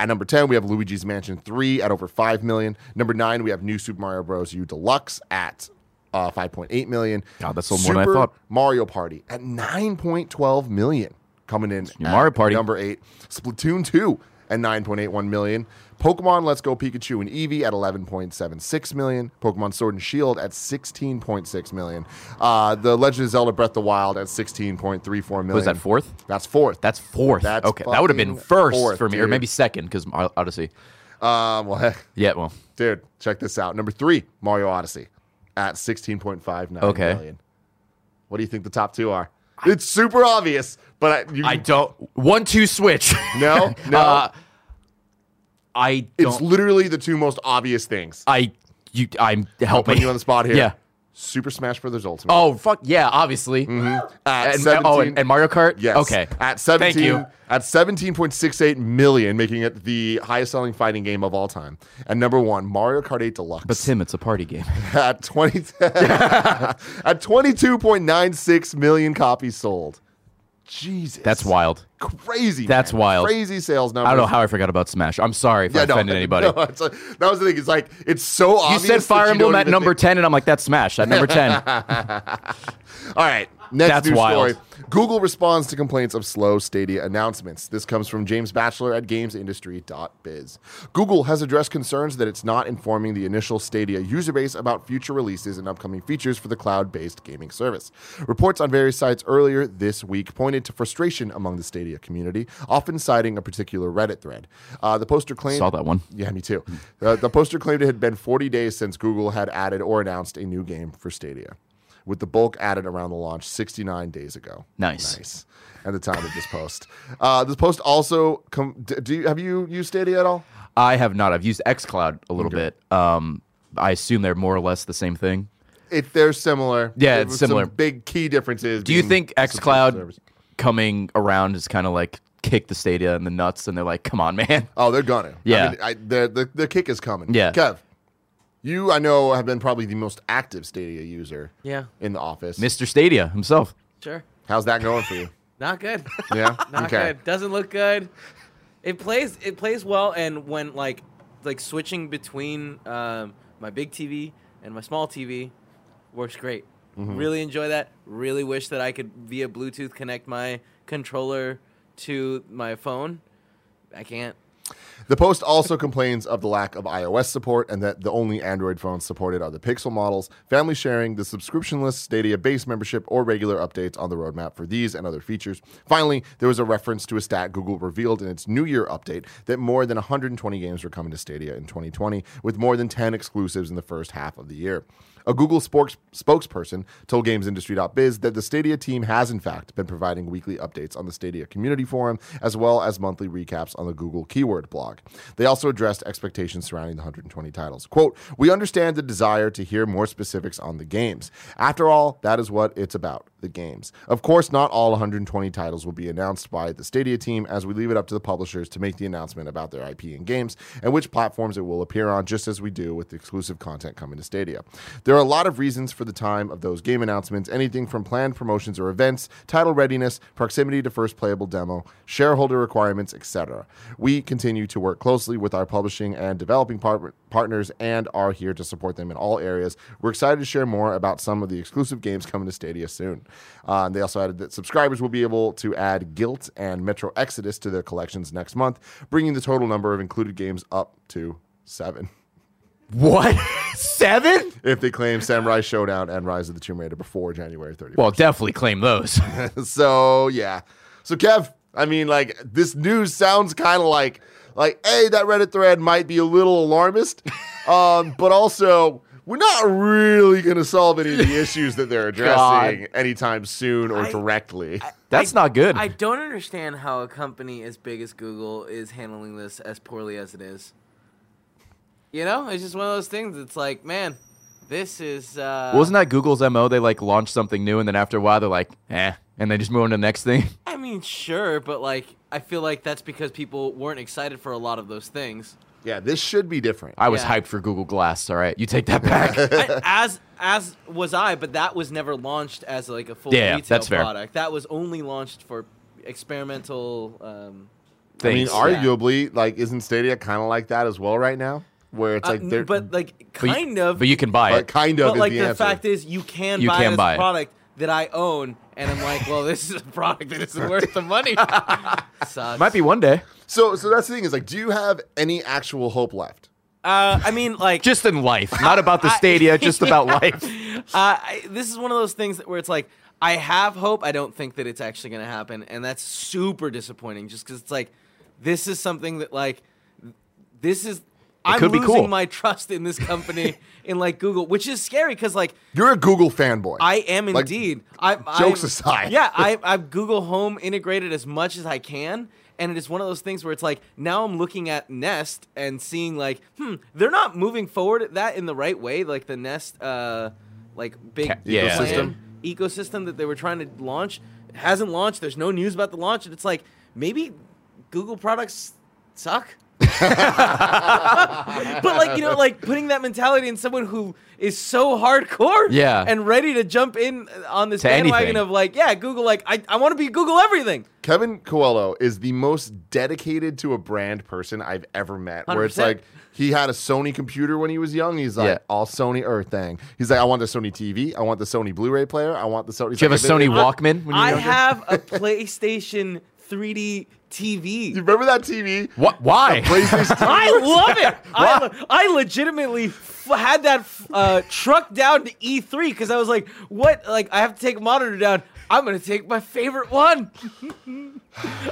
[SPEAKER 1] At number ten, we have Luigi's Mansion Three at over five million. Number nine, we have New Super Mario Bros. U Deluxe at uh, five point eight million.
[SPEAKER 2] God, that sold
[SPEAKER 1] Super
[SPEAKER 2] more than I thought.
[SPEAKER 1] Mario Party at nine point twelve million coming in.
[SPEAKER 2] New
[SPEAKER 1] at
[SPEAKER 2] Mario Party.
[SPEAKER 1] number eight. Splatoon two at nine point eight one million. Pokemon Let's Go Pikachu and Eevee at eleven point seven six million. Pokemon Sword and Shield at sixteen point six million. Uh, the Legend of Zelda Breath of the Wild at sixteen point three four million.
[SPEAKER 2] Was that fourth?
[SPEAKER 1] That's fourth.
[SPEAKER 2] That's fourth.
[SPEAKER 1] That's
[SPEAKER 2] okay. That would have been
[SPEAKER 1] fucking
[SPEAKER 2] first
[SPEAKER 1] fourth,
[SPEAKER 2] for me, or
[SPEAKER 1] dude.
[SPEAKER 2] maybe second because Odyssey.
[SPEAKER 1] um, well, heck,
[SPEAKER 2] Yeah. Well,
[SPEAKER 1] dude, check this out. Number three, Mario Odyssey at sixteen point five nine million.
[SPEAKER 2] Okay.
[SPEAKER 1] What do you think the top two are? it's super obvious, but I, you,
[SPEAKER 2] I don't one two switch.
[SPEAKER 1] no, no.
[SPEAKER 2] Uh, I
[SPEAKER 1] It's
[SPEAKER 2] don't.
[SPEAKER 1] literally the two most obvious things.
[SPEAKER 2] I you. I'm helping
[SPEAKER 1] Putting you on the spot here.
[SPEAKER 2] Yeah.
[SPEAKER 1] Super Smash Brothers Ultimate.
[SPEAKER 2] Oh fuck yeah! Obviously.
[SPEAKER 1] at
[SPEAKER 2] And, oh, and, and Mario Kart.
[SPEAKER 1] Mm-hmm. yes.
[SPEAKER 2] Okay.
[SPEAKER 1] At
[SPEAKER 2] Thank
[SPEAKER 1] seventeen.
[SPEAKER 2] you.
[SPEAKER 1] At seventeen point six eight million, making it the highest selling fighting game of all time. And number one, Mario Kart Eight Deluxe.
[SPEAKER 2] But Tim, it's a party game.
[SPEAKER 1] at twenty at twenty two point nine six million copies sold. Jesus.
[SPEAKER 2] That's wild.
[SPEAKER 1] Crazy.
[SPEAKER 2] That's
[SPEAKER 1] man.
[SPEAKER 2] wild.
[SPEAKER 1] Crazy sales numbers.
[SPEAKER 2] I don't know how I forgot about Smash. I'm sorry if I offended anybody.
[SPEAKER 1] no, it's like- that was the thing. It's like it's so
[SPEAKER 2] you
[SPEAKER 1] obvious.
[SPEAKER 2] said
[SPEAKER 1] that
[SPEAKER 2] Fire
[SPEAKER 1] you
[SPEAKER 2] Emblem
[SPEAKER 1] don't
[SPEAKER 2] at
[SPEAKER 1] even
[SPEAKER 2] number
[SPEAKER 1] think-
[SPEAKER 2] ten, and I'm like, that's Smash at number ten.
[SPEAKER 1] All right, next
[SPEAKER 2] That's
[SPEAKER 1] news
[SPEAKER 2] wild.
[SPEAKER 1] story. Google responds to complaints of slow Stadia announcements. This comes from James Batchelor at GamesIndustry.biz. Google has addressed concerns that it's not informing the initial Stadia user base about future releases and upcoming features for the cloud-based gaming service. Reports on various sites earlier this week pointed to frustration among the Stadia community, often citing a particular Reddit thread. Uh, the poster claimed
[SPEAKER 2] Saw that one.
[SPEAKER 1] yeah, me too.
[SPEAKER 2] Hmm.
[SPEAKER 1] Uh, the poster claimed it had been 40 days since Google had added or announced a new game for Stadia, with the bulk added around the launch 69 days ago.
[SPEAKER 2] Nice.
[SPEAKER 1] Nice. At the time of this post, uh, this post also com- d- do you have you used Stadia at all?
[SPEAKER 2] I have not. I've used XCloud a little bit. Um, I assume they're more or less the same thing.
[SPEAKER 1] If they're similar,
[SPEAKER 2] Yeah,
[SPEAKER 1] there
[SPEAKER 2] it's
[SPEAKER 1] were some
[SPEAKER 2] similar.
[SPEAKER 1] big key differences.
[SPEAKER 2] Do you
[SPEAKER 1] being
[SPEAKER 2] think
[SPEAKER 1] subscription
[SPEAKER 2] XCloud
[SPEAKER 1] service.
[SPEAKER 2] coming around is kind of like kick the Stadia in the nuts, and they're like, "Come on, man."
[SPEAKER 1] Oh, they're gonna. I
[SPEAKER 2] Yeah.
[SPEAKER 1] mean, I, the, the the kick is coming.
[SPEAKER 2] Yeah.
[SPEAKER 1] Kev, you I know have been probably the most active Stadia user.
[SPEAKER 3] Yeah.
[SPEAKER 1] in the office.
[SPEAKER 2] Mr. Stadia himself.
[SPEAKER 3] Sure.
[SPEAKER 1] How's that going for you?
[SPEAKER 3] Not good.
[SPEAKER 1] Yeah.
[SPEAKER 3] Not good. Doesn't look good. It plays. It plays well, and when like, like switching between um, my big TV and my small TV, works great. Really enjoy that. Really wish that I could via Bluetooth connect my controller to my phone. I can't.
[SPEAKER 1] The post also complains of the lack of iOS support and that the only Android phones supported are the Pixel models, family sharing, the subscriptionless Stadia base membership, or regular updates on the roadmap for these and other features. Finally, there was a reference to a stat Google revealed in its New Year update that more than 120 games were coming to Stadia in 2020, with more than 10 exclusives in the first half of the year. A Google sporks- spokesperson told GamesIndustry.biz that the Stadia team has, in fact, been providing weekly updates on the Stadia community forum as well as monthly recaps on the Google keyword blog. They also addressed expectations surrounding the 120 titles. Quote, We understand the desire to hear more specifics on the games. After all, that is what it's about the games. Of course, not all 120 titles will be announced by the Stadia team as we leave it up to the publishers to make the announcement about their IP and games and which platforms it will appear on, just as we do with exclusive content coming to Stadia. There are a lot of reasons for the time of those game announcements anything from planned promotions or events, title readiness, proximity to first playable demo, shareholder requirements, etc. We continue to work closely with our publishing and developing par- partners and are here to support them in all areas. We're excited to share more about some of the exclusive games coming to Stadia soon. Uh, they also added that subscribers will be able to add Guilt and Metro Exodus to their collections next month, bringing the total number of included games up to seven.
[SPEAKER 2] What? Seven?
[SPEAKER 1] If they claim Samurai Showdown and Rise of the Tomb Raider before January 31st.
[SPEAKER 2] Well, definitely claim those.
[SPEAKER 1] So yeah. So Kev, I mean, like this news sounds kind of like like hey, that Reddit thread might be a little alarmist, um, but also we're not really going to solve any of the issues that they're addressing anytime soon or directly.
[SPEAKER 2] That's
[SPEAKER 3] I-
[SPEAKER 2] not good.
[SPEAKER 3] I don't understand how a company as big as Google is handling this as poorly as it is. You know, it's just one of those things. It's like, man, this is. Uh,
[SPEAKER 2] Wasn't that Google's MO? They like launch something new and then after a while they're like, eh, and they just move on to the next thing.
[SPEAKER 3] I mean, sure, but like, I feel like that's because people weren't excited for a lot of those things.
[SPEAKER 1] yeah, this should be different.
[SPEAKER 2] I was
[SPEAKER 3] Yeah.
[SPEAKER 2] hyped for Google Glass. All right, you take that back.
[SPEAKER 3] I- as as was I, but that was never launched as like a full
[SPEAKER 2] Yeah,
[SPEAKER 3] retail
[SPEAKER 2] that's fair.
[SPEAKER 3] product. That was only launched for experimental. Um,
[SPEAKER 1] I mean,
[SPEAKER 2] Thanks.
[SPEAKER 1] arguably, like isn't Stadia kind of like that as well right now, where it's
[SPEAKER 3] uh,
[SPEAKER 1] like they're
[SPEAKER 3] but like
[SPEAKER 2] But you-
[SPEAKER 3] kind of.
[SPEAKER 2] but you can buy
[SPEAKER 1] but
[SPEAKER 2] it.
[SPEAKER 1] kind of
[SPEAKER 3] But
[SPEAKER 1] is
[SPEAKER 3] like
[SPEAKER 1] the,
[SPEAKER 3] the,
[SPEAKER 1] answer.
[SPEAKER 3] fact is, you can
[SPEAKER 2] You
[SPEAKER 3] buy
[SPEAKER 2] can
[SPEAKER 3] this
[SPEAKER 2] buy it.
[SPEAKER 3] product that I own, and I'm like, well, this is a product that isn't worth the money. Sucks.
[SPEAKER 2] Might be one day,
[SPEAKER 1] so, so that's the thing is like, do you have any actual hope left?
[SPEAKER 3] Uh, I mean, like,
[SPEAKER 2] just in life, not about the stadia, just about life.
[SPEAKER 3] uh, I, this is one of those things that- where it's like, I have hope. I don't think that it's actually going to happen, and that's super disappointing. Just because it's like, this is something that like, this is. I'm
[SPEAKER 2] could be
[SPEAKER 3] losing
[SPEAKER 2] cool.
[SPEAKER 3] my trust in this company, in like Google, which is scary because like
[SPEAKER 1] You're a Google fanboy.
[SPEAKER 3] I am
[SPEAKER 1] Like,
[SPEAKER 3] indeed. I, I,
[SPEAKER 1] jokes aside.
[SPEAKER 3] Yeah, I, I've Google Home integrated as much as I can. And it is one of those things where it's like, now I'm looking at Nest and seeing, like, hmm, they're not moving forward at that in the right way. Like the Nest, uh, like, big
[SPEAKER 2] Ca- yeah.
[SPEAKER 3] plan- ecosystem that they were trying to launch hasn't launched. There's no news about the launch. And it's like, maybe Google products suck but like you know like putting that mentality in someone who is so hardcore
[SPEAKER 2] Yeah.
[SPEAKER 3] and ready to jump in on this
[SPEAKER 2] To
[SPEAKER 3] bandwagon
[SPEAKER 2] anything.
[SPEAKER 3] of like yeah google like i, I want to be google everything
[SPEAKER 1] Kevin Coelho is the most dedicated to a brand person I've ever met. Where it's
[SPEAKER 3] 100%.
[SPEAKER 1] like he had a Sony computer when he was young. He's like
[SPEAKER 2] Yeah.
[SPEAKER 1] all Sony or thing. He's like, I want the Sony TV. I want the Sony Blu-ray player. I want the Sony.
[SPEAKER 2] Do you have a Sony Walkman? When you were
[SPEAKER 3] i
[SPEAKER 2] younger?
[SPEAKER 3] have a playstation 3d tv
[SPEAKER 1] You remember that TV?
[SPEAKER 2] What? Why?
[SPEAKER 1] PlayStation TV?
[SPEAKER 3] I love it. I, le- I legitimately f- had that f- uh, truck down to E3 because I was like, what? Like, I have to take a monitor down. I'm going to take my favorite one.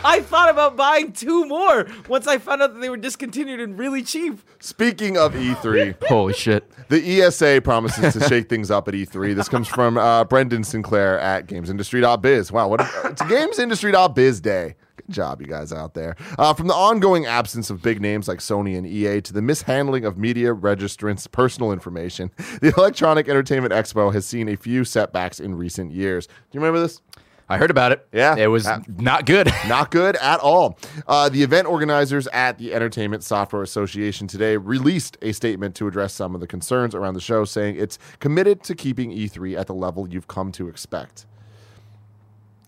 [SPEAKER 3] I thought about buying two more once I found out that they were discontinued and really cheap.
[SPEAKER 1] Speaking of E E3,
[SPEAKER 2] Holy shit!
[SPEAKER 1] the ESA promises to shake things up at E3. This comes from uh, Brendan Sinclair at GamesIndustry.biz. Wow, what a, it's GamesIndustry.biz day. Good job, you guys out there. Uh, from the ongoing absence of big names like Sony and EA to the mishandling of media registrants' personal information, the Electronic Entertainment Expo has seen a few setbacks in recent years. Do you remember this?
[SPEAKER 2] I heard about it.
[SPEAKER 1] Yeah.
[SPEAKER 2] it was
[SPEAKER 1] Uh,
[SPEAKER 2] not good.
[SPEAKER 1] Not good at all. Uh, the event organizers at the Entertainment Software Association today released a statement to address some of the concerns around the show, saying it's committed to keeping E3 at the level you've come to expect.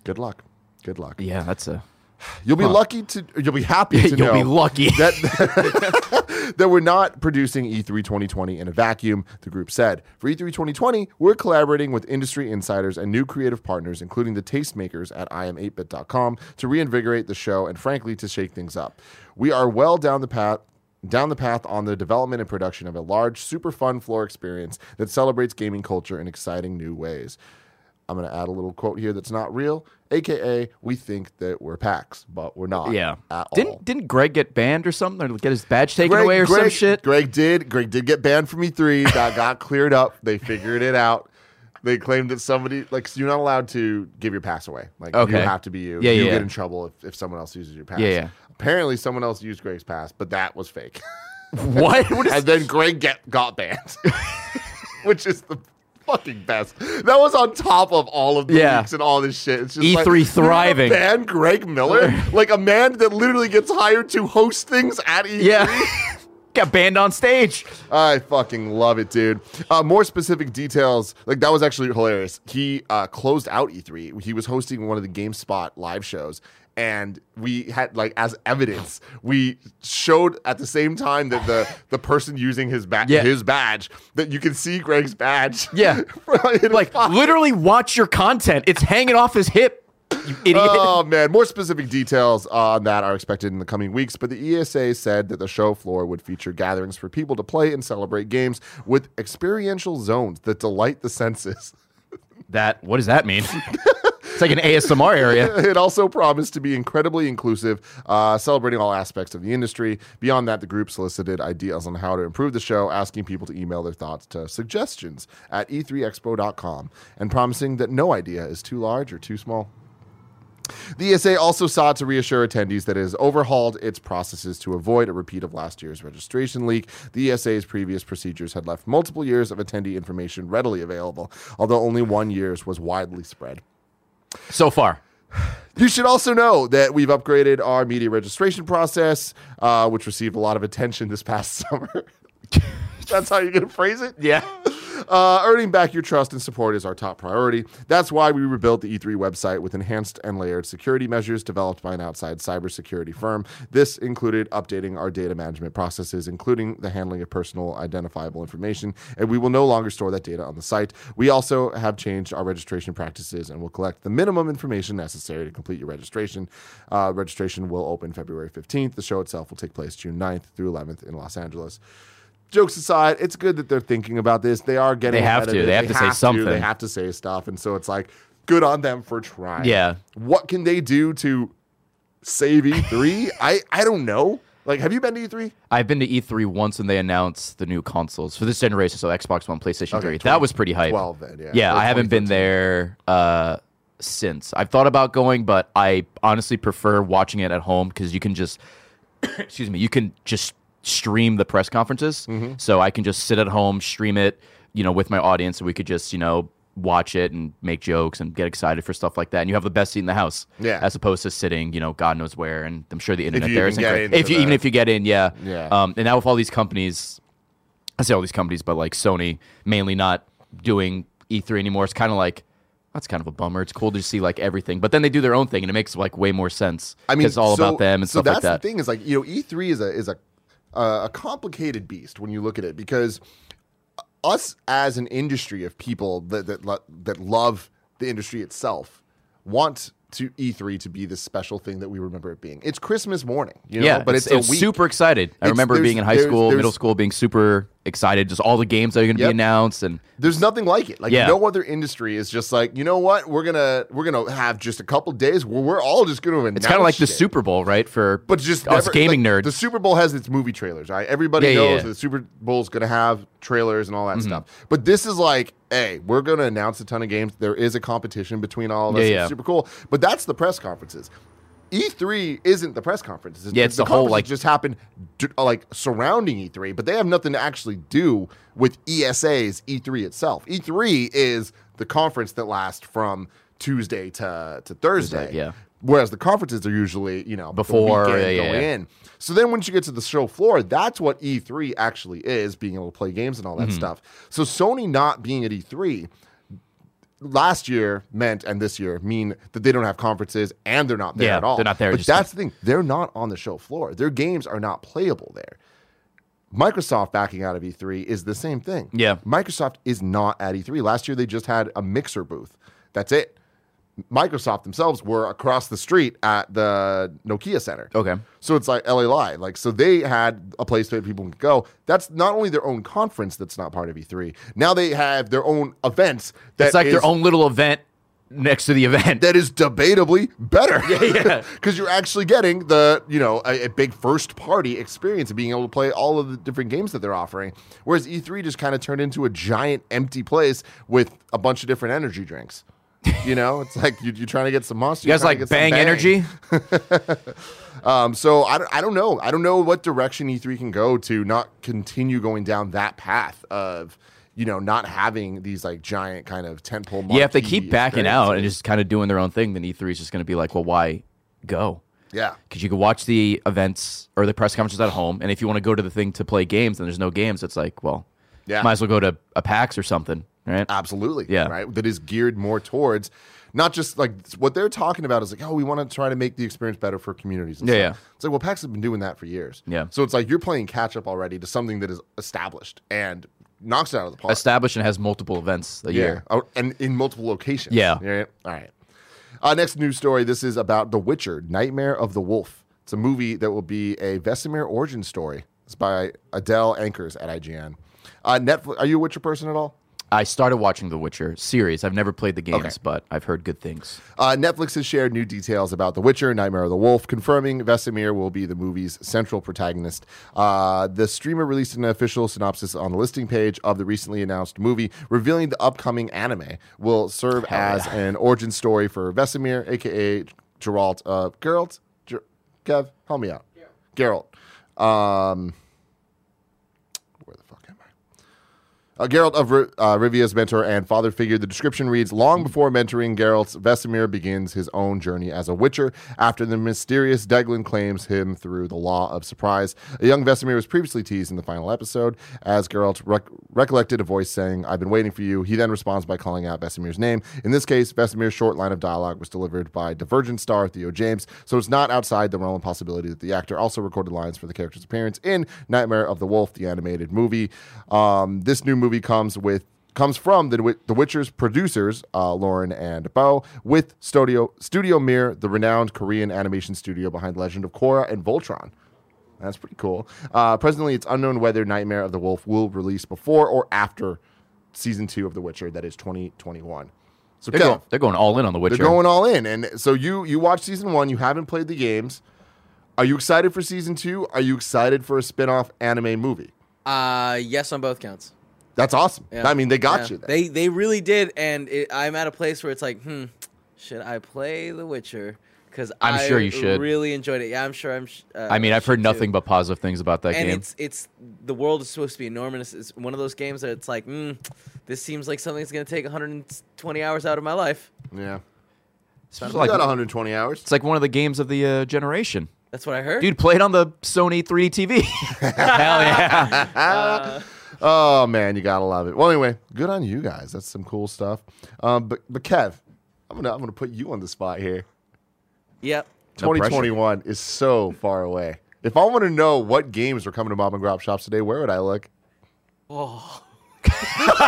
[SPEAKER 1] Good luck. Good luck.
[SPEAKER 2] yeah, that's a
[SPEAKER 1] You'll be lucky to. You'll be happy to
[SPEAKER 2] You'll be
[SPEAKER 1] know
[SPEAKER 2] lucky.
[SPEAKER 1] that that we're not producing E E3 2020 in a vacuum, the group said. For E E3 2020, we're collaborating with industry insiders and new creative partners, including the tastemakers at iam8bit.com, to reinvigorate the show and frankly to shake things up. We are well down the path down the path on the development and production of a large, super fun floor experience that celebrates gaming culture in exciting new ways. I'm going to add a little quote here that's not real, aka we think that we're PAX, but we're not.
[SPEAKER 2] yeah.
[SPEAKER 1] at all.
[SPEAKER 2] Didn't didn't Greg get banned or something or get his badge taken away or some
[SPEAKER 1] Greg-
[SPEAKER 2] shit?
[SPEAKER 1] Greg did. Greg did get banned from E3. That got cleared up. They figured it out. They claimed that somebody like so you're not allowed to give your pass away. Like you
[SPEAKER 2] Okay.
[SPEAKER 1] have to be you.
[SPEAKER 2] Yeah,
[SPEAKER 1] you
[SPEAKER 2] yeah,
[SPEAKER 1] get
[SPEAKER 2] yeah.
[SPEAKER 1] in trouble if, if someone else uses your pass.
[SPEAKER 2] Yeah, yeah.
[SPEAKER 1] Apparently someone else used Greg's pass, but that was fake.
[SPEAKER 2] What? What is-
[SPEAKER 1] and then Greg get, got banned, which is the fucking best. That was on top of all of the
[SPEAKER 2] Yeah.
[SPEAKER 1] leaks and all this shit. It's just
[SPEAKER 2] E3
[SPEAKER 1] like, you're gonna
[SPEAKER 2] thriving.
[SPEAKER 1] Ban Greg Miller, like a man that literally gets hired to host things at E E3.
[SPEAKER 2] yeah. Got banned on stage.
[SPEAKER 1] I fucking love it, dude. Uh, more specific details. Like that was actually hilarious. He uh, closed out E3. He was hosting one of the GameSpot live shows. And we had like as evidence, we showed at the same time that the the person using his badge,
[SPEAKER 2] Yeah.
[SPEAKER 1] his badge, that you can see Greg's badge.
[SPEAKER 2] Yeah.
[SPEAKER 1] like
[SPEAKER 2] Like literally watch your content. It's hanging off his hip. You idiot.
[SPEAKER 1] Oh man, more specific details on that are expected in the coming weeks, but the ESA said that the show floor would feature gatherings for people to play and celebrate games with experiential zones that delight the senses.
[SPEAKER 2] that what does that mean? it's like an ASMR area.
[SPEAKER 1] It also promised to be incredibly inclusive, uh, celebrating all aspects of the industry. Beyond that, the group solicited ideas on how to improve the show, asking people to email their thoughts to suggestions at e e3expo.com and promising that no idea is too large or too small. The ESA also sought to reassure attendees that it has overhauled its processes to avoid a repeat of last year's registration leak. The ESA's previous procedures had left multiple years of attendee information readily available, although only one year's was widely spread.
[SPEAKER 2] So far.
[SPEAKER 1] You should also know that we've upgraded our media registration process, uh, which received a lot of attention this past summer. That's how you're going to phrase it?
[SPEAKER 2] Yeah.
[SPEAKER 1] Uh, earning back your trust and support is our top priority. That's why we rebuilt the E3 website with enhanced and layered security measures developed by an outside cybersecurity firm. This included updating our data management processes, including the handling of personal identifiable information, and we will no longer store that data on the site. We also have changed our registration practices and will collect the minimum information necessary to complete your registration. Uh, registration will open February 15th. The show itself will take place June 9th through 11th in Los Angeles jokes aside, it's good that they're thinking about this. They are getting.
[SPEAKER 2] They have
[SPEAKER 1] ahead of
[SPEAKER 2] to.
[SPEAKER 1] it.
[SPEAKER 2] They have to say something.
[SPEAKER 1] They have to say stuff, and so it's like good on them for trying.
[SPEAKER 2] Yeah.
[SPEAKER 1] What can they do to save E three? I I don't know. Like, have you been to E three?
[SPEAKER 2] I've been to E3 once and they announced the new consoles for this generation, so Xbox One, PlayStation 3.
[SPEAKER 1] 20
[SPEAKER 2] that was pretty hype.
[SPEAKER 1] Twelve then. Yeah.
[SPEAKER 2] yeah,
[SPEAKER 1] Or
[SPEAKER 2] I haven't been
[SPEAKER 1] 2013.
[SPEAKER 2] there uh, since. I've thought about going, but I honestly prefer watching it at home because you can just, excuse me, you can just stream the press conferences.
[SPEAKER 1] Mm-hmm.
[SPEAKER 2] So I can just sit at home, stream it, you know, with my audience, and we could just, you know, watch it and make jokes and get excited for stuff like that. And you have the best seat in the house,
[SPEAKER 1] Yeah.
[SPEAKER 2] as opposed to sitting, you know, God knows where. And I'm sure the internet
[SPEAKER 1] you
[SPEAKER 2] there
[SPEAKER 1] even
[SPEAKER 2] isn't
[SPEAKER 1] get
[SPEAKER 2] great.
[SPEAKER 1] into
[SPEAKER 2] If you, even
[SPEAKER 1] the-
[SPEAKER 2] if you get in, yeah,
[SPEAKER 1] Yeah.
[SPEAKER 2] Um, and now with all these companies, I say all these companies, but like Sony mainly not doing E3 anymore. It's kind of like that's kind of a bummer. It's cool to see like everything, but then they do their own thing, and it makes like way more sense.
[SPEAKER 1] I mean,
[SPEAKER 2] it's all
[SPEAKER 1] so-
[SPEAKER 2] about them and
[SPEAKER 1] so
[SPEAKER 2] stuff like
[SPEAKER 1] that's
[SPEAKER 2] that.
[SPEAKER 1] the thing is like you know E three is a is a uh, a complicated beast when you look at it because us as an industry of people that that lo- that love the industry itself want to E3 to be this special thing that we remember it being. It's Christmas morning, you know,
[SPEAKER 2] yeah,
[SPEAKER 1] but it's,
[SPEAKER 2] it's,
[SPEAKER 1] a week.
[SPEAKER 2] super excited. I
[SPEAKER 1] It's-
[SPEAKER 2] remember
[SPEAKER 1] there's-
[SPEAKER 2] being in high
[SPEAKER 1] there's-
[SPEAKER 2] school,
[SPEAKER 1] there's-
[SPEAKER 2] middle school, being super excited. Just all the games that are going to
[SPEAKER 1] Yep.
[SPEAKER 2] be announced, and
[SPEAKER 1] There's nothing like it. Like
[SPEAKER 2] Yeah.
[SPEAKER 1] no other industry is just like, you know what? We're going to we're going to have just a couple days where we're all just going to announce
[SPEAKER 2] it's kind of like the
[SPEAKER 1] shit.
[SPEAKER 2] Super Bowl, right? For
[SPEAKER 1] but just
[SPEAKER 2] us
[SPEAKER 1] never-
[SPEAKER 2] Oh, gaming
[SPEAKER 1] like,
[SPEAKER 2] nerds.
[SPEAKER 1] The Super Bowl has its movie trailers, right? Everybody
[SPEAKER 2] Yeah, yeah,
[SPEAKER 1] knows
[SPEAKER 2] yeah. Mm-hmm.
[SPEAKER 1] that the Super Bowl's going to have trailers and all that stuff. But this is like, hey, we're going to announce a ton of games. There is a competition between all of us.
[SPEAKER 2] Yeah,
[SPEAKER 1] It's
[SPEAKER 2] yeah.
[SPEAKER 1] super cool. But that's the press conferences. E3 isn't the press conferences.
[SPEAKER 2] Yeah, it's the whole,
[SPEAKER 1] conferences
[SPEAKER 2] like-
[SPEAKER 1] just happen d- uh, like surrounding E3, but they have nothing to actually do with E ESA's E3 itself. E3 is the conference that lasts from Tuesday to to Thursday.
[SPEAKER 2] yeah.
[SPEAKER 1] Whereas the conferences are usually, you know, the
[SPEAKER 2] Before,
[SPEAKER 1] weekend
[SPEAKER 2] yeah, yeah,
[SPEAKER 1] going
[SPEAKER 2] yeah.
[SPEAKER 1] in. So then once you get to the show floor, that's what E E3
[SPEAKER 2] Mm-hmm.
[SPEAKER 1] actually is, being able to play games and all that stuff. So Sony not being at E3 E last year meant and this year mean that they don't have conferences and they're not there
[SPEAKER 2] Yeah,
[SPEAKER 1] at all.
[SPEAKER 2] they're not there,
[SPEAKER 1] But
[SPEAKER 2] just-
[SPEAKER 1] that's the thing; they're not on the show floor. Their games are not playable there. Microsoft backing out of E3 is the same thing.
[SPEAKER 2] Yeah.
[SPEAKER 1] Microsoft is not at E3. Last year they just had a mixer booth. That's it. Microsoft themselves were across the street at the Nokia Center.
[SPEAKER 2] Okay.
[SPEAKER 1] So it's like LA Live. Like, so they had a place where people can go. That's not only their own conference that's not part of E3. Now they have their own events that
[SPEAKER 2] it's like
[SPEAKER 1] is-
[SPEAKER 2] their own little event next to the event.
[SPEAKER 1] that is debatably better.
[SPEAKER 2] yeah.
[SPEAKER 1] Because you're actually getting the, you know, a, a big first party experience of being able to play all of the different games that they're offering. Whereas E3 just kind of turned into a giant empty place with a bunch of different energy drinks. You know, it's like you, you're trying to get some monster.
[SPEAKER 2] you guys like bang, energy?
[SPEAKER 1] Um, so I don't, I don't know. I don't know what direction E3 can go to not continue going down that path of, you know, not having these like giant kind of tentpole.
[SPEAKER 2] Yeah, if they
[SPEAKER 1] marquee
[SPEAKER 2] keep backing out and
[SPEAKER 1] experiences.
[SPEAKER 2] just kind of doing their own thing, then E3 is just going to be like, well, why go?
[SPEAKER 1] yeah,
[SPEAKER 2] Because you can watch the events or the press conferences at home, and if you want to go to the thing to play games, and there's no games, it's like, well,
[SPEAKER 1] Yeah. Uh,
[SPEAKER 2] might as well go to a PAX or something, right?
[SPEAKER 1] Absolutely.
[SPEAKER 2] Yeah.
[SPEAKER 1] Right. That is geared more towards not just like what they're talking about is like, oh, we want to try to make the experience better for communities. And
[SPEAKER 2] Yeah,
[SPEAKER 1] stuff. It's like, well, PAX has been doing that for years.
[SPEAKER 2] Yeah.
[SPEAKER 1] So it's like you're playing catch up already to something that is established and knocks it out of the park.
[SPEAKER 2] Established and has multiple events a year.
[SPEAKER 1] Oh, and in multiple locations.
[SPEAKER 2] Yeah.
[SPEAKER 1] All right. Uh, next news story. This is about The Witcher: Nightmare of the Wolf. It's a movie that will be a Vesemir origin story. It's by Adele Anchors at IGN. Uh, Netflix. Are you a Witcher person at all?
[SPEAKER 2] I started watching The Witcher series. I've never played the games, but I've heard good things.
[SPEAKER 1] Uh, Netflix has shared new details about The Witcher: Nightmare of the Wolf, confirming Vesemir will be the movie's central protagonist. Uh, the streamer released an official synopsis on the listing page of the recently announced movie, revealing the upcoming anime will serve as an origin story for Vesemir, aka Geralt of Geralt. Ger- Kev, help me out. Geralt. Um, where the fuck am I? Uh, Geralt of Ri- uh, Rivia's mentor and father figure. The description reads Long before mentoring Geralt, Vesemir begins his own journey as a witcher after the mysterious Deglin claims him through the law of surprise. A young Vesemir was previously teased in the final episode as Geralt rec- recollected a voice saying, I've been waiting for you. He then responds by calling out Vesemir's name. In this case, Vesemir's short line of dialogue was delivered by Divergent star Theo James, so it's not outside the realm of possibility that the actor also recorded lines for the character's appearance in Nightmare of the Wolf, the animated movie. Um, this new movie comes with comes from the, Wi- the Witcher's producers, uh, Lauren and Bo, with Studio Studio Mir, the renowned Korean animation studio behind Legend of Korra and Voltron. That's pretty cool. Uh, presently, it's unknown whether Nightmare of the Wolf will release before or after season two of The Witcher. That is 2021. So
[SPEAKER 2] They're,
[SPEAKER 1] Kev,
[SPEAKER 2] going, they're going all in on The Witcher.
[SPEAKER 1] they're going all in, and so you you watch season one. You haven't played the games. Are you excited for season two? Are you excited for a spin-off anime movie?
[SPEAKER 3] Uh, yes on both counts.
[SPEAKER 1] That's awesome.
[SPEAKER 3] Yeah.
[SPEAKER 1] I mean, they got
[SPEAKER 3] Yeah.
[SPEAKER 1] you. There.
[SPEAKER 3] They they really did, and it, I'm at a place where it's like, hmm, should I play The Witcher? Because
[SPEAKER 2] I'm sure you should.
[SPEAKER 3] Really enjoyed it. Yeah, I'm sure. I'm. sh- Uh,
[SPEAKER 2] I mean, I've heard
[SPEAKER 3] should too.
[SPEAKER 2] nothing but positive things about that
[SPEAKER 3] and
[SPEAKER 2] game.
[SPEAKER 3] it's it's the world is supposed to be enormous. It's one of those games that it's like, mm, this seems like something that's gonna take 120 hours out of my life.
[SPEAKER 1] yeah,
[SPEAKER 2] It's
[SPEAKER 1] you
[SPEAKER 2] like,
[SPEAKER 1] got 120 hours.
[SPEAKER 2] it's like one of the games of the uh, generation.
[SPEAKER 3] That's what I heard.
[SPEAKER 2] Dude, play it on the Sony 3D TV. Hell yeah. Uh,
[SPEAKER 1] Oh man, you gotta love it. Well, anyway, good on you guys. That's some cool stuff. Um, but but Kev, I'm gonna I'm gonna put you on the spot here.
[SPEAKER 3] Yep.
[SPEAKER 2] No pressure.
[SPEAKER 1] 2021 is so far away. If I want to know what games are coming to mom and grop shops today, where would I look?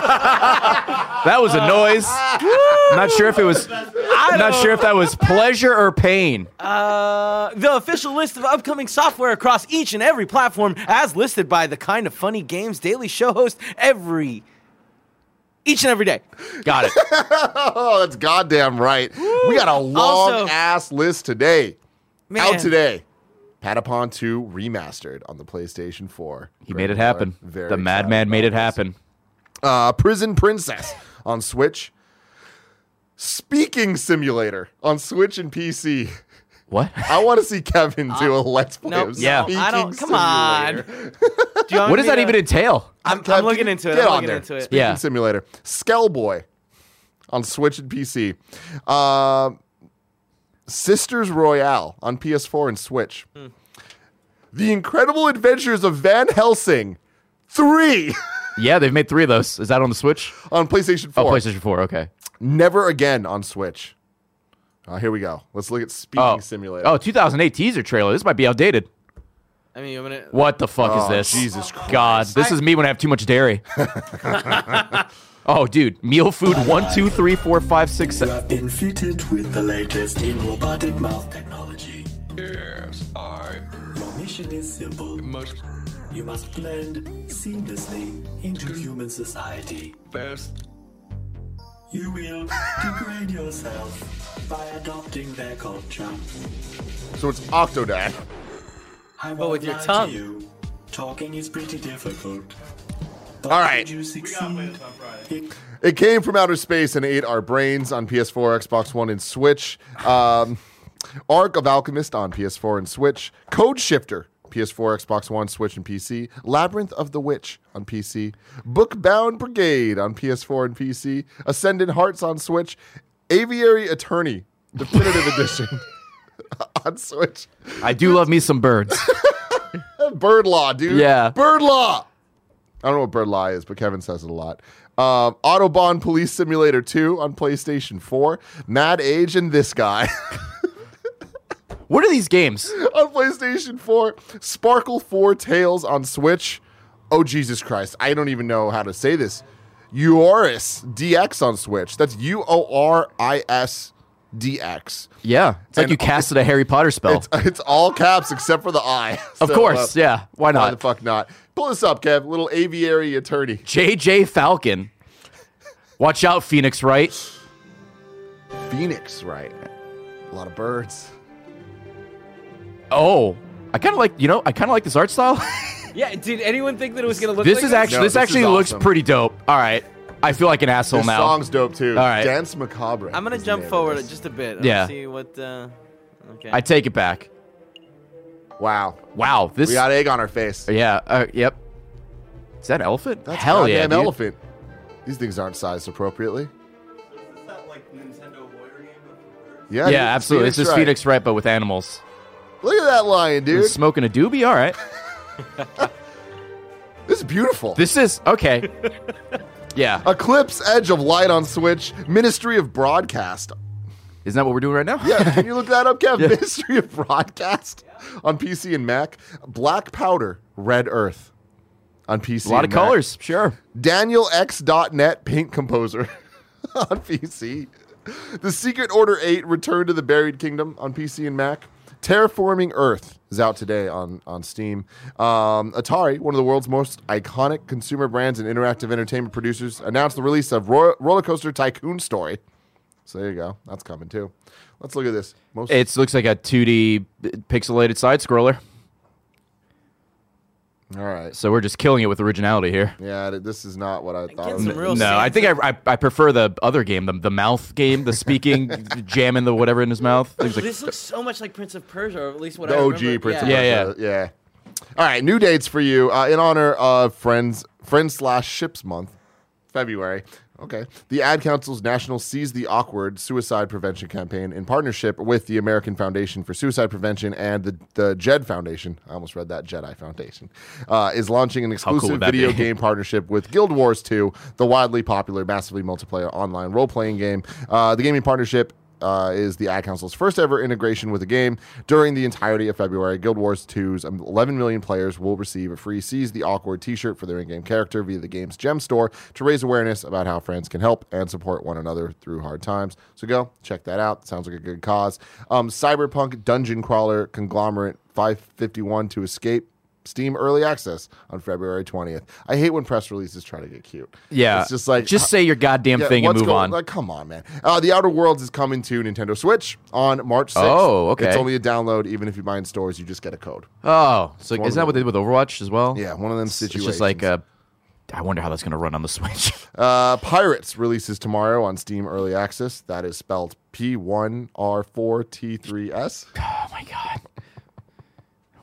[SPEAKER 2] That was a noise. I'm not sure if it was I'm not sure if that was pleasure or pain.
[SPEAKER 4] Uh, the official list of upcoming software across each and every platform, as listed by the kind of funny games daily show host every, each and every day.
[SPEAKER 2] Got it.
[SPEAKER 1] Oh, that's goddamn right. We got a long
[SPEAKER 4] Also-
[SPEAKER 1] ass list today.
[SPEAKER 4] Man.
[SPEAKER 1] Out today. Patapon 2 remastered on the PlayStation 4.
[SPEAKER 2] He
[SPEAKER 1] Very
[SPEAKER 2] made it
[SPEAKER 1] popular.
[SPEAKER 2] happen.
[SPEAKER 1] Very
[SPEAKER 2] the
[SPEAKER 1] excited
[SPEAKER 2] madman
[SPEAKER 1] about
[SPEAKER 2] made it
[SPEAKER 1] this.
[SPEAKER 2] happen.
[SPEAKER 1] Uh, Prison Princess on Switch. Speaking Simulator on Switch and PC.
[SPEAKER 2] What?
[SPEAKER 1] I want to see Kevin do a Let's Play
[SPEAKER 3] nope,
[SPEAKER 1] of
[SPEAKER 2] no, I
[SPEAKER 1] Speaking
[SPEAKER 4] don't- come on.
[SPEAKER 1] Simulator.
[SPEAKER 4] Do you want
[SPEAKER 2] What does
[SPEAKER 4] me
[SPEAKER 2] that
[SPEAKER 4] to-
[SPEAKER 1] uh,
[SPEAKER 2] even entail?
[SPEAKER 4] I'm,
[SPEAKER 1] Kev,
[SPEAKER 4] I'm looking
[SPEAKER 1] get-
[SPEAKER 4] into it.
[SPEAKER 1] get
[SPEAKER 4] I'm
[SPEAKER 1] on
[SPEAKER 4] looking
[SPEAKER 1] there.
[SPEAKER 4] into it.
[SPEAKER 1] Speaking
[SPEAKER 2] Yeah.
[SPEAKER 1] Simulator. Skellboy on Switch and PC. Um, Sisters Royale on PS4 and Switch.
[SPEAKER 4] Hmm.
[SPEAKER 1] The Incredible Adventures of Van Helsing 3
[SPEAKER 2] Yeah, they've made three of those. Is that on the Switch?
[SPEAKER 1] on PlayStation 4.
[SPEAKER 2] Oh, PlayStation 4. Okay.
[SPEAKER 1] Never again on Switch. Uh, here we go. Let's look at Speaking
[SPEAKER 2] Oh.
[SPEAKER 1] Simulator.
[SPEAKER 2] Oh, 2008 teaser trailer. This might be outdated.
[SPEAKER 3] I mean, I'm gonna.
[SPEAKER 2] What the fuck
[SPEAKER 1] Oh,
[SPEAKER 2] is this?
[SPEAKER 1] Jesus
[SPEAKER 2] God, this is me when I have too much dairy. oh, dude, meal food one, two, three, four, five, six,
[SPEAKER 6] You
[SPEAKER 2] seven.
[SPEAKER 6] have been fitted with the latest in robotic mouth technology.
[SPEAKER 5] Yes, I
[SPEAKER 6] Your mission is simple.
[SPEAKER 5] must
[SPEAKER 6] You must blend seamlessly into human society.
[SPEAKER 5] best.
[SPEAKER 6] You will degrade yourself by adopting their culture.
[SPEAKER 1] So it's Octodad.
[SPEAKER 6] I won't
[SPEAKER 3] with your
[SPEAKER 6] lie
[SPEAKER 3] tongue.
[SPEAKER 6] to you. Talking is pretty difficult.
[SPEAKER 1] All right.
[SPEAKER 6] Did you succeed? It-
[SPEAKER 1] It came from outer space and ate our brains on PS4, Xbox One, and Switch. Um, Arc of Alchemist on PS4 and Switch. Code Shifter, PS4, Xbox One, Switch, and PC. Labyrinth of the Witch on PC. Bookbound Brigade on PS4 and PC. Ascendant Hearts on Switch. Aviary Attorney, Definitive Edition on Switch.
[SPEAKER 2] I do love me some birds.
[SPEAKER 1] Bird law, dude.
[SPEAKER 2] Yeah.
[SPEAKER 1] Bird law. I don't know what bird law is, but Kevin says it a lot. Um, Autobahn Police Simulator 2 on PlayStation 4. Mad Age and this guy
[SPEAKER 2] what are these games?
[SPEAKER 1] on PlayStation 4. Sparkle 4 Tales on Switch. Oh, Jesus Christ. I don't even know how to say this. Uoris DX on Switch. That's U O R I S DX.
[SPEAKER 2] Yeah, it's like
[SPEAKER 1] And-
[SPEAKER 2] you casted a Harry Potter spell.
[SPEAKER 1] It's, it's all caps except for the I.
[SPEAKER 2] of
[SPEAKER 1] So,
[SPEAKER 2] course,
[SPEAKER 1] uh,
[SPEAKER 2] yeah. Why
[SPEAKER 1] Why the
[SPEAKER 2] not?
[SPEAKER 1] fuck not? Pull this up, Kev. Little aviary attorney.
[SPEAKER 2] JJ Falcon. Watch out, Phoenix Wright.
[SPEAKER 1] Phoenix, right? A lot of birds.
[SPEAKER 2] Oh, I kind of like you know. I kind of like this art style.
[SPEAKER 3] Yeah, did anyone think that it was gonna look?
[SPEAKER 2] this
[SPEAKER 3] like
[SPEAKER 2] is actually
[SPEAKER 1] No,
[SPEAKER 2] this,
[SPEAKER 1] this is
[SPEAKER 2] actually looks
[SPEAKER 1] awesome.
[SPEAKER 2] pretty dope. All right, I feel like an asshole
[SPEAKER 1] this
[SPEAKER 2] now.
[SPEAKER 1] song's dope too.
[SPEAKER 2] All right.
[SPEAKER 1] Dance Macabre.
[SPEAKER 3] I'm gonna
[SPEAKER 1] is the
[SPEAKER 3] jump
[SPEAKER 1] name of
[SPEAKER 3] forward
[SPEAKER 1] this.
[SPEAKER 3] just a bit. I'll
[SPEAKER 2] Yeah.
[SPEAKER 3] See what. Uh, okay.
[SPEAKER 2] I take it back.
[SPEAKER 1] Wow,
[SPEAKER 2] Wow, this.
[SPEAKER 1] we got egg on our face.
[SPEAKER 2] yeah. Uh, yep. Is that elephant?
[SPEAKER 1] That's
[SPEAKER 2] Hell yeah,
[SPEAKER 1] goddamn
[SPEAKER 2] dude.
[SPEAKER 1] elephant. These things aren't sized appropriately. Yeah,
[SPEAKER 2] yeah,
[SPEAKER 1] dude,
[SPEAKER 2] absolutely.
[SPEAKER 1] Phoenix
[SPEAKER 2] this is
[SPEAKER 1] Wright.
[SPEAKER 2] Phoenix Wright, but with animals.
[SPEAKER 1] Look at that lion, dude.
[SPEAKER 2] Smoking a doobie. All right.
[SPEAKER 1] This is beautiful.
[SPEAKER 2] This is okay. yeah.
[SPEAKER 1] Uh, Eclipse Edge of Light on Switch. Ministry of Broadcast.
[SPEAKER 2] Isn't that what we're doing right now?
[SPEAKER 1] Yeah, can you look that up, Kev? Ministry of Broadcast on PC and Mac. Black Powder, Red Earth on PC.
[SPEAKER 2] a lot of
[SPEAKER 1] and Mac.
[SPEAKER 2] colors. Sure.
[SPEAKER 1] DanielX.net paint composer on PC. The Secret Order 8 Return to the Buried Kingdom on PC and Mac. Terraforming Earth is out today on, on Steam. Um, Atari, one of the world's most iconic consumer brands and interactive entertainment producers, announced the release of Ro- Roller Coaster Tycoon Story. So there you go. That's coming too. Let's look at this. Most
[SPEAKER 2] It looks like a 2D pixelated side scroller.
[SPEAKER 1] All right.
[SPEAKER 2] So we're just killing it with originality here.
[SPEAKER 1] Yeah, th- this is not what I thought. it
[SPEAKER 3] Get
[SPEAKER 1] was.
[SPEAKER 3] some real.
[SPEAKER 2] no, I
[SPEAKER 3] sense
[SPEAKER 2] think I, I I prefer the other game, the, the mouth game, the speaking, jamming the whatever in his mouth. Things like,
[SPEAKER 3] this looks so much like Prince of Persia, or at least what
[SPEAKER 1] the
[SPEAKER 3] I
[SPEAKER 1] OG
[SPEAKER 3] remember.
[SPEAKER 1] Prince
[SPEAKER 3] yeah.
[SPEAKER 1] of Persia. Yeah, All right, new dates for you uh, in honor of friends friends slash ships month, February. Okay, the Ad Council's National Seize the Awkward Suicide Prevention Campaign in partnership with the American Foundation for Suicide Prevention and the the Jed Foundation. I almost read that Jedi Foundation uh, is launching an
[SPEAKER 2] cool
[SPEAKER 1] exclusive
[SPEAKER 2] would that
[SPEAKER 1] video
[SPEAKER 2] be?
[SPEAKER 1] game partnership with Guild Wars 2, the widely popular, massively multiplayer online role playing game. Uh, the gaming partnership uh, is the Ad Council's first ever integration with a game. During the entirety of February, Guild Wars 2's 11 million players will receive a free Seize the Awkward t shirt for their in game character via the game's gem store to raise awareness about how friends can help and support one another through hard times. So go check that out. Sounds like a good cause. Um, Cyberpunk Dungeon Crawler Conglomerate 551 to Escape. Steam early access on February 20th. I hate when press releases try to get cute.
[SPEAKER 2] yeah,
[SPEAKER 1] It's just like uh,
[SPEAKER 2] just say your goddamn
[SPEAKER 1] yeah,
[SPEAKER 2] thing and
[SPEAKER 1] what's
[SPEAKER 2] move
[SPEAKER 1] going-
[SPEAKER 2] on.
[SPEAKER 1] Like, come on, man. Uh, the Outer Worlds is coming to Nintendo Switch on March 6th.
[SPEAKER 2] Oh, okay.
[SPEAKER 1] It's only a download. Even if you buy in stores, you just get a code.
[SPEAKER 2] oh, so
[SPEAKER 1] one
[SPEAKER 2] isn't that
[SPEAKER 1] of
[SPEAKER 2] what they did with Overwatch as well?
[SPEAKER 1] Yeah, one of them
[SPEAKER 2] It's-
[SPEAKER 1] situations.
[SPEAKER 2] It's just like uh, I wonder how that's gonna run on the Switch.
[SPEAKER 1] Uh, Pirates releases tomorrow on Steam Early Access. That is spelled P1R4T3S.
[SPEAKER 2] oh my god.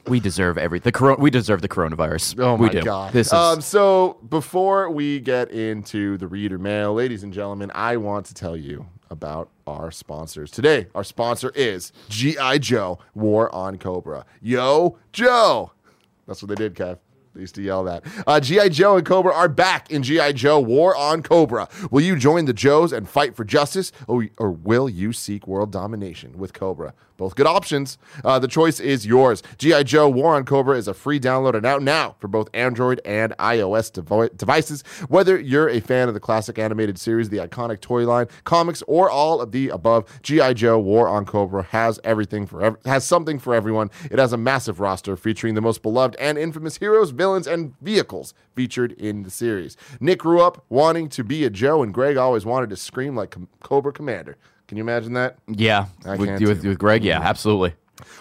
[SPEAKER 2] We deserve every the corona. We deserve the coronavirus.
[SPEAKER 1] Oh
[SPEAKER 2] we
[SPEAKER 1] my
[SPEAKER 2] do.
[SPEAKER 1] god!
[SPEAKER 2] This is
[SPEAKER 1] um, so. Before we get into the reader mail, ladies and gentlemen, I want to tell you about our sponsors today. Our sponsor is GI Joe War on Cobra. Yo, Joe. That's what they did, Kev. They used to yell that. Uh, G.I. Joe and Cobra are back in G.I. Joe War on Cobra. Will you join the Joes and fight for justice, or, or will you seek world domination with Cobra? Both good options. Uh, the choice is yours. G.I. Joe War on Cobra is a free download and out now for both Android and iOS devo- devices. Whether you're a fan of the classic animated series, the iconic toy line, comics, or all of the above, G.I. Joe War on Cobra has everything for ev- has something for everyone. It has a massive roster featuring the most beloved and infamous heroes, villains, and vehicles featured in the series. Nick grew up wanting to be a Joe, and Greg always wanted to scream like Com- Cobra Commander. Can you imagine that?
[SPEAKER 2] Yeah,
[SPEAKER 1] I
[SPEAKER 2] with,
[SPEAKER 1] can't Mm-hmm.
[SPEAKER 2] you- with,
[SPEAKER 1] too.
[SPEAKER 2] with Greg. Yeah, absolutely.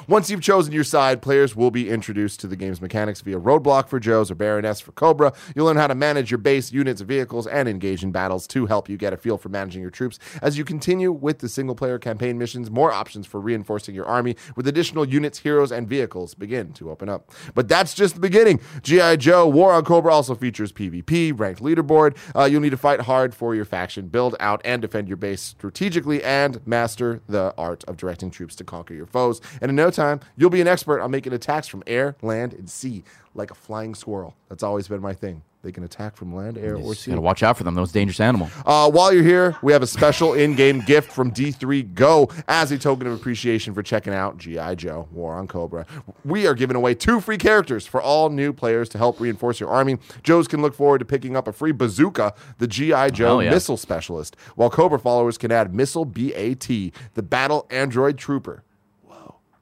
[SPEAKER 1] Once you've chosen your side, players will be introduced to the game's mechanics via Roadblock for Joes or Baroness for Cobra. You'll learn how to manage your base, units, vehicles, and engage in battles to help you get a feel for managing your troops. As you continue with the single player campaign missions, more options for reinforcing your army with additional units, heroes, and vehicles begin to open up. But that's just the beginning. G.I. Joe War on Cobra also features PvP, ranked leaderboard. Uh, you'll need to fight hard for your faction, build out and defend your base strategically, and master the art of directing troops to conquer your foes. And in no time, you'll be an expert on making attacks from air, land, and sea, like a flying squirrel. That's always been my thing. They can attack from land, air, or
[SPEAKER 2] Just
[SPEAKER 1] sea.
[SPEAKER 2] gotta watch out for them. Those dangerous animals.
[SPEAKER 1] Uh, while you're here, we have a special in-game gift from D3 Go as a token of appreciation for checking out GI Joe: War on Cobra. We are giving away two free characters for all new players to help reinforce your army. Joes can look forward to picking up a free bazooka, the GI Joe
[SPEAKER 2] Hell yeah.
[SPEAKER 1] missile specialist, while Cobra followers can add missile BAT, the Battle Android Trooper.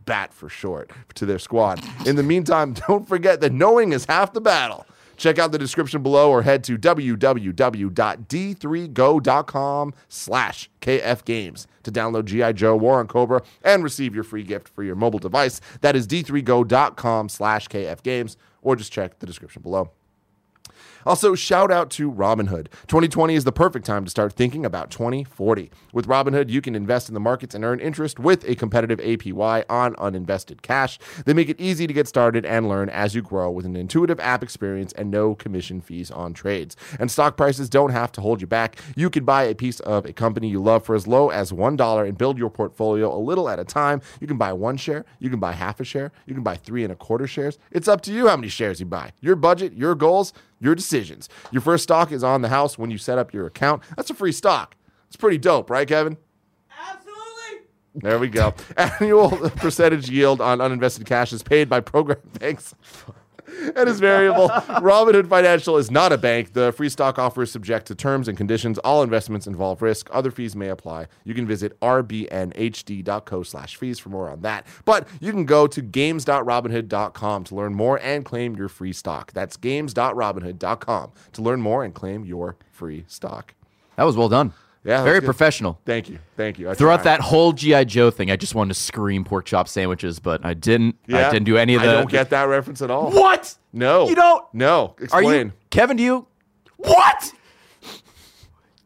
[SPEAKER 1] BAT for short, to their squad. In the meantime, don't forget that knowing is half the battle. Check out the description below or head to www.d3go.com slash kfgames to download G.I. Joe War on Cobra and receive your free gift for your mobile device. That is d3go.com slash kfgames or just check the description below. Also, shout out to Robinhood. 2020 is the perfect time to start thinking about 2040. With Robinhood, you can invest in the markets and earn interest with a competitive APY on uninvested cash. They make it easy to get started and learn as you grow with an intuitive app experience and no commission fees on trades. And stock prices don't have to hold you back. You can buy a piece of a company you love for as low as $1 and build your portfolio a little at a time. You can buy one share, you can buy half a share, you can buy three and a quarter shares. It's up to you how many shares you buy. Your budget, your goals, your decisions. Your first stock is on the house when you set up your account. That's a free stock. It's pretty dope, right, Kevin? There we go. Annual percentage yield on uninvested cash is paid by program banks. And is variable. Robinhood Financial is not a bank. The free stock offer is subject to terms and conditions. All investments involve risk. Other fees may apply. You can visit rbnhd.co slash fees for more on that. But you can go to games.robinhood.com to learn more and claim your free stock. That's games.robinhood.com to learn more and claim your free stock.
[SPEAKER 2] That was well done.
[SPEAKER 1] Yeah, that was
[SPEAKER 2] very
[SPEAKER 1] good.
[SPEAKER 2] professional.
[SPEAKER 1] Thank you. Thank you. I
[SPEAKER 2] Throughout
[SPEAKER 1] tried.
[SPEAKER 2] that whole GI Joe thing, I just wanted to scream pork chop sandwiches, but I didn't.
[SPEAKER 1] Yeah.
[SPEAKER 2] I didn't do any of
[SPEAKER 1] I
[SPEAKER 2] the.
[SPEAKER 1] don't get that reference at all.
[SPEAKER 2] what?
[SPEAKER 1] No.
[SPEAKER 2] You don't?
[SPEAKER 1] No.
[SPEAKER 2] Are
[SPEAKER 1] Explain.
[SPEAKER 2] you Kevin? Do you? What?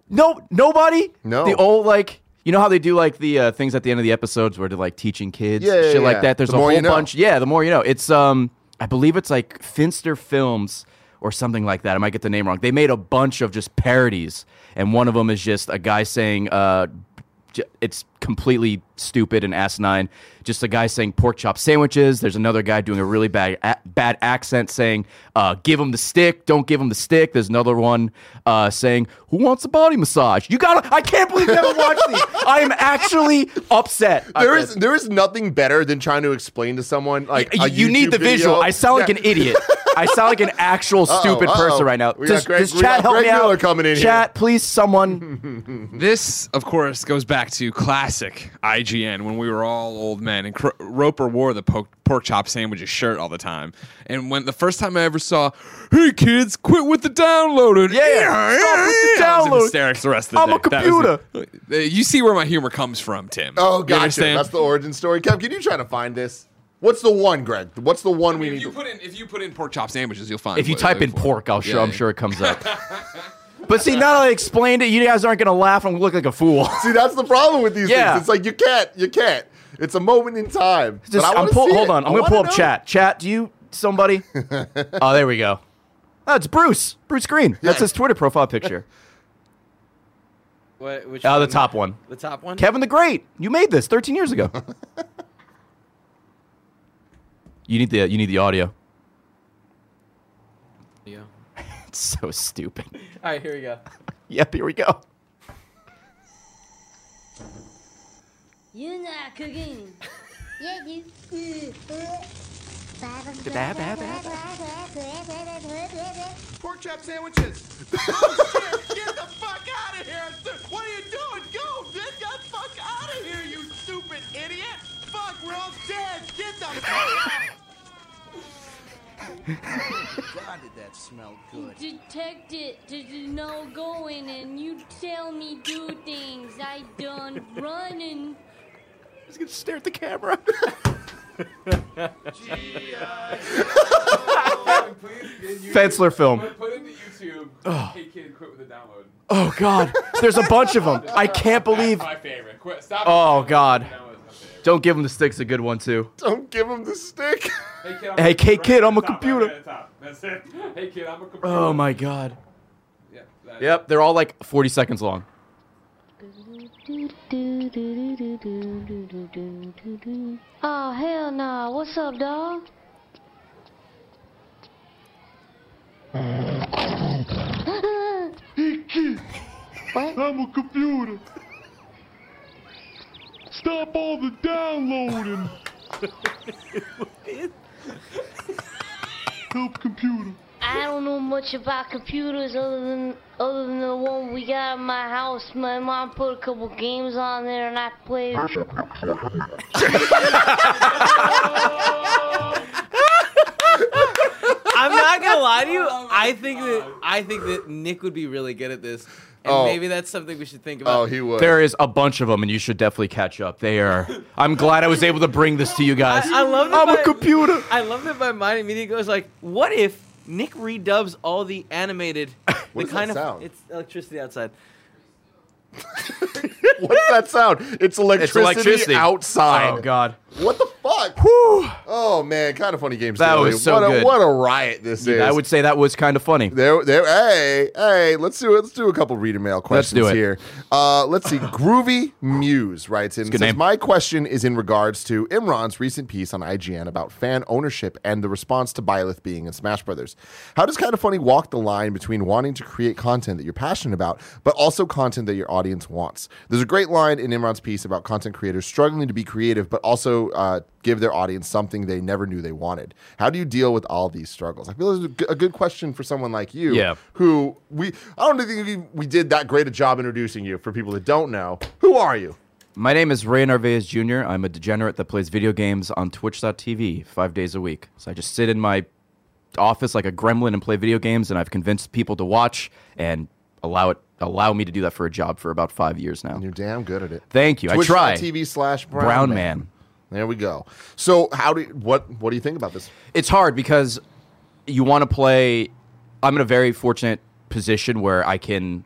[SPEAKER 2] No, nobody.
[SPEAKER 1] No.
[SPEAKER 2] The old like. You know how they do like the uh, things at the end of the episodes where they're like teaching kids
[SPEAKER 1] Yeah, yeah,
[SPEAKER 2] shit
[SPEAKER 1] yeah.
[SPEAKER 2] like that. There's
[SPEAKER 1] The
[SPEAKER 2] a
[SPEAKER 1] more
[SPEAKER 2] whole
[SPEAKER 1] you know.
[SPEAKER 2] bunch. Yeah, the more you know. It's um, I believe it's like Finster Films or something like that. I might get the name wrong. They made a bunch of just parodies, and one of them is just a guy saying uh, j- it's completely stupid and asinine. Just a guy saying pork chop sandwiches. There's another guy doing a really bad a- bad accent saying, uh, "Give him the stick, don't give him the stick." There's another one uh, saying, "Who wants a body massage?" You gotta. I can't believe you haven't watched these. I am actually upset.
[SPEAKER 1] There is there is nothing better than trying to explain to someone like
[SPEAKER 2] You,
[SPEAKER 1] a
[SPEAKER 2] you need
[SPEAKER 1] YouTube
[SPEAKER 2] the visual.
[SPEAKER 1] video.
[SPEAKER 2] I sound like
[SPEAKER 1] Yeah.
[SPEAKER 2] an idiot. I sound like an actual stupid
[SPEAKER 1] uh-oh.
[SPEAKER 2] person right now.
[SPEAKER 1] We got
[SPEAKER 2] does
[SPEAKER 1] Greg-
[SPEAKER 2] does
[SPEAKER 1] we
[SPEAKER 2] chat
[SPEAKER 1] got
[SPEAKER 2] help
[SPEAKER 1] Greg
[SPEAKER 2] me out?
[SPEAKER 1] Miller coming in here.
[SPEAKER 2] chat, please, someone.
[SPEAKER 5] This, of course, goes back to classic IGN when we were all old men, and Cro- Roper wore the po- pork chop sandwiches shirt all the time. And when the first time I ever saw, "Hey kids, quit with the downloading," yeah,
[SPEAKER 2] stop with the
[SPEAKER 5] I was in
[SPEAKER 2] download.
[SPEAKER 5] hysterics the rest of the
[SPEAKER 2] I'm a
[SPEAKER 5] day. That was the- Uh, you see where my humor comes from, Tim.
[SPEAKER 1] Oh,
[SPEAKER 5] You
[SPEAKER 1] gotcha.
[SPEAKER 5] understand?
[SPEAKER 1] That's the origin story. Kev, can you try to find this? What's the one, Greg? What's the one we
[SPEAKER 5] if
[SPEAKER 1] need
[SPEAKER 5] you
[SPEAKER 1] to
[SPEAKER 5] put in if you put in pork chop sandwiches, you'll find.
[SPEAKER 2] If you
[SPEAKER 5] what you're
[SPEAKER 2] type in
[SPEAKER 5] looking for.
[SPEAKER 2] pork, I'll sure,
[SPEAKER 5] Yeah,
[SPEAKER 2] I'm
[SPEAKER 5] yeah.
[SPEAKER 2] sure it comes up. But see, now that I explained it, you guys aren't gonna laugh. I'm gonna look like a fool.
[SPEAKER 1] See, that's the problem with these
[SPEAKER 2] Yeah.
[SPEAKER 1] things. It's like you can't, you can't. It's a moment in time. But
[SPEAKER 2] Just,
[SPEAKER 1] I
[SPEAKER 2] I'm
[SPEAKER 1] wanna
[SPEAKER 2] pull,
[SPEAKER 1] see
[SPEAKER 2] hold
[SPEAKER 1] it.
[SPEAKER 2] on.
[SPEAKER 1] I
[SPEAKER 2] I'm gonna
[SPEAKER 1] wanna
[SPEAKER 2] pull up
[SPEAKER 1] know.
[SPEAKER 2] chat. Chat, do you somebody? oh, there we go. That's Bruce. Bruce Green. That's his Twitter profile picture.
[SPEAKER 3] What, which
[SPEAKER 2] Oh, the
[SPEAKER 3] one?
[SPEAKER 2] top one.
[SPEAKER 3] The top one?
[SPEAKER 2] Kevin the Great. You made this 13 years ago. you need the you need the audio. so stupid.
[SPEAKER 3] All right, here we go.
[SPEAKER 2] Yep, here we go.
[SPEAKER 7] You not cooking. yeah, you.
[SPEAKER 8] Pork chop sandwiches. oh, shit. Get the fuck out of here! What are you doing? Go! Get the fuck out of here, you stupid idiot! Fuck, we're all dead! Get the fuck out! God, did that smell good?
[SPEAKER 7] Detect it. There's no going, and you tell me do things. I done running.
[SPEAKER 2] He's gonna stare at the camera. Fensler film.
[SPEAKER 5] Put it to YouTube. Hey kid, quit with the download.
[SPEAKER 2] Oh God, there's a bunch of them. I can't believe.
[SPEAKER 5] My favorite. Quit. Stop.
[SPEAKER 2] Oh God, don't give him the sticks. A good one too.
[SPEAKER 1] Don't give him the stick.
[SPEAKER 2] Hey, K Kid, I'm a computer.
[SPEAKER 5] That's it. Hey kid, I'm a computer.
[SPEAKER 2] Oh my God.
[SPEAKER 5] Yeah,
[SPEAKER 2] Yep, they're all like 40 seconds long.
[SPEAKER 7] Oh hell nah. What's up, dog?
[SPEAKER 8] I'm a computer. Stop all the downloading. Help computer.
[SPEAKER 7] I don't know much about computers other than other than the one we got in my house. My mom put a couple games on there and I played.
[SPEAKER 3] I'm not gonna lie to you. I think that I think that Nick would be really good at this, and
[SPEAKER 1] Oh.
[SPEAKER 3] maybe that's something we should think
[SPEAKER 1] Oh,
[SPEAKER 3] about.
[SPEAKER 1] he would.
[SPEAKER 2] There is a bunch of them, and you should definitely catch up. They are. I'm glad I was able to bring this to you guys.
[SPEAKER 3] I love that
[SPEAKER 2] I'm
[SPEAKER 3] my-
[SPEAKER 2] a computer.
[SPEAKER 3] I love that my mind immediately goes like, "What if Nick redubs all the animated, the
[SPEAKER 1] does that
[SPEAKER 3] kind of
[SPEAKER 1] sound?
[SPEAKER 3] it's electricity outside."
[SPEAKER 1] What's that sound? It's electricity,
[SPEAKER 2] It's electricity
[SPEAKER 1] outside.
[SPEAKER 2] Oh God.
[SPEAKER 1] What the fuck?
[SPEAKER 2] Whew.
[SPEAKER 1] Oh man, kind of funny games.
[SPEAKER 2] That
[SPEAKER 1] daily.
[SPEAKER 2] was so
[SPEAKER 1] what a,
[SPEAKER 2] good.
[SPEAKER 1] What a riot this is.
[SPEAKER 2] I would say that was kind of funny.
[SPEAKER 1] There, there. Hey, hey. Let's do Let's do a couple reader mail questions
[SPEAKER 2] do it.
[SPEAKER 1] here. Uh, let's see. Groovy Muse writes in.
[SPEAKER 2] good
[SPEAKER 1] says,
[SPEAKER 2] name.
[SPEAKER 1] My question is in regards to Imran's recent piece on IGN about fan ownership and the response to Byleth being in Smash Brothers. How does Kind of Funny walk the line between wanting to create content that you're passionate about, but also content that your audience wants? There's a great line in Imran's piece about content creators struggling to be creative, but also uh, give their audience something they never knew they wanted. How do you deal with all these struggles? I feel this is a g- a good question for someone like you
[SPEAKER 2] Yeah.
[SPEAKER 1] who we I don't think we, we did that great a job introducing you. For people that don't know, who are you?
[SPEAKER 2] My name is Ray Narvaez Jr. I'm a degenerate that plays video games on Twitch.tv five days a week. So I just sit in my office like a gremlin and play video games, and I've convinced people to watch and allow it allow me to do that for a job for about five years now.
[SPEAKER 1] You're damn good at it.
[SPEAKER 2] Thank you. I try.
[SPEAKER 1] TV slash brown,
[SPEAKER 2] Brown
[SPEAKER 1] man.
[SPEAKER 2] man.
[SPEAKER 1] There we go. So how do you, what what do you think about this?
[SPEAKER 2] it's hard because you want to play. I'm in a very fortunate position where I can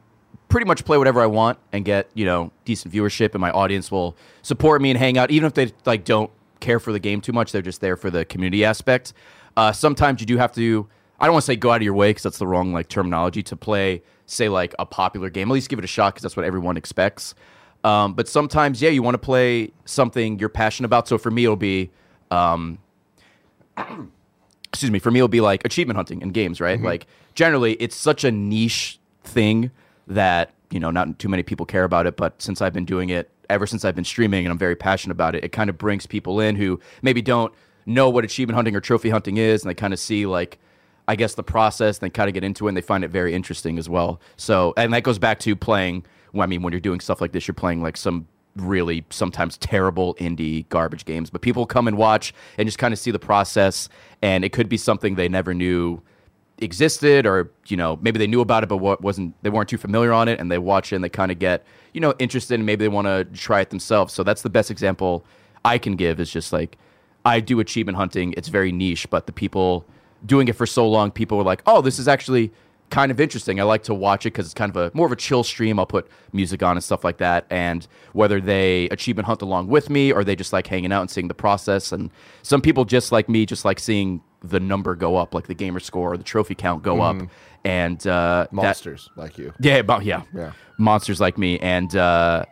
[SPEAKER 2] pretty much play whatever I want and get you know decent viewership, and my audience will support me and hang out, even if they like don't care for the game too much. They're just there for the community aspect. Uh, sometimes you do have to. I don't want to say go out of your way because that's the wrong like terminology to play. Say like a popular game, at least give it a shot because that's what everyone expects. Um, but sometimes, yeah, you want to play something you're passionate about. So for me, it'll be um, excuse me, for me, it'll be like achievement hunting in games, right? Like generally, it's such a niche thing that you know not too many people care about it. But since I've been doing it ever since I've been streaming, and I'm very passionate about it, it kind of brings people in who maybe don't know what achievement hunting or trophy hunting is, and they kind of see like. I guess the process, they kind of get into it and they find it very interesting as well. So, and that goes back to playing. Well, I mean, when you're doing stuff like this, you're playing like some really sometimes terrible indie garbage games, but people come and watch and just kind of see the process. And it could be something they never knew existed, or you know, maybe they knew about it, but what wasn't they weren't too familiar on it, and they watch it and they kind of get you know interested, and maybe they want to try it themselves. So that's the best example I can give is just like I do achievement hunting. It's very niche, but the people doing it for so long, people were like, "Oh, this is actually kind of interesting. I like to watch it because it's kind of a more of a chill stream. I'll put music on and stuff like that. And whether they achievement hunt along with me or they just like hanging out and seeing the process. And some people just like me, just like seeing the number go up, like the gamer score or the trophy count go up. And uh, that-
[SPEAKER 1] Monsters like you.
[SPEAKER 2] yeah, about, yeah,
[SPEAKER 1] Yeah.
[SPEAKER 2] monsters like me, and uh,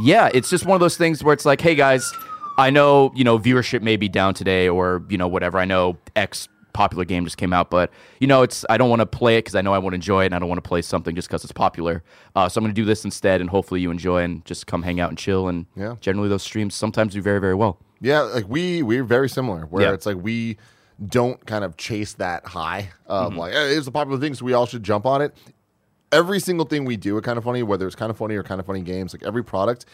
[SPEAKER 2] yeah, it's just one of those things where it's like, hey guys, I know you know viewership may be down today, or you know whatever. I know X popular game just came out, but you know, it's I don't want to play it because I know I won't enjoy it, and I don't want to play something just because it's popular. Uh, so I'm going to do this instead, and hopefully you enjoy and just come hang out and chill. And
[SPEAKER 1] Yeah.
[SPEAKER 2] generally those streams sometimes do very very well.
[SPEAKER 1] Yeah, like we we're very similar. Where
[SPEAKER 2] Yeah.
[SPEAKER 1] it's like we don't kind of chase that high of
[SPEAKER 2] Mm-hmm.
[SPEAKER 1] like "Hey, it's a popular thing, so we all should jump on it. Every single thing we do at Kind of Funny, whether it's Kind of Funny or Kind of Funny Games, like every product,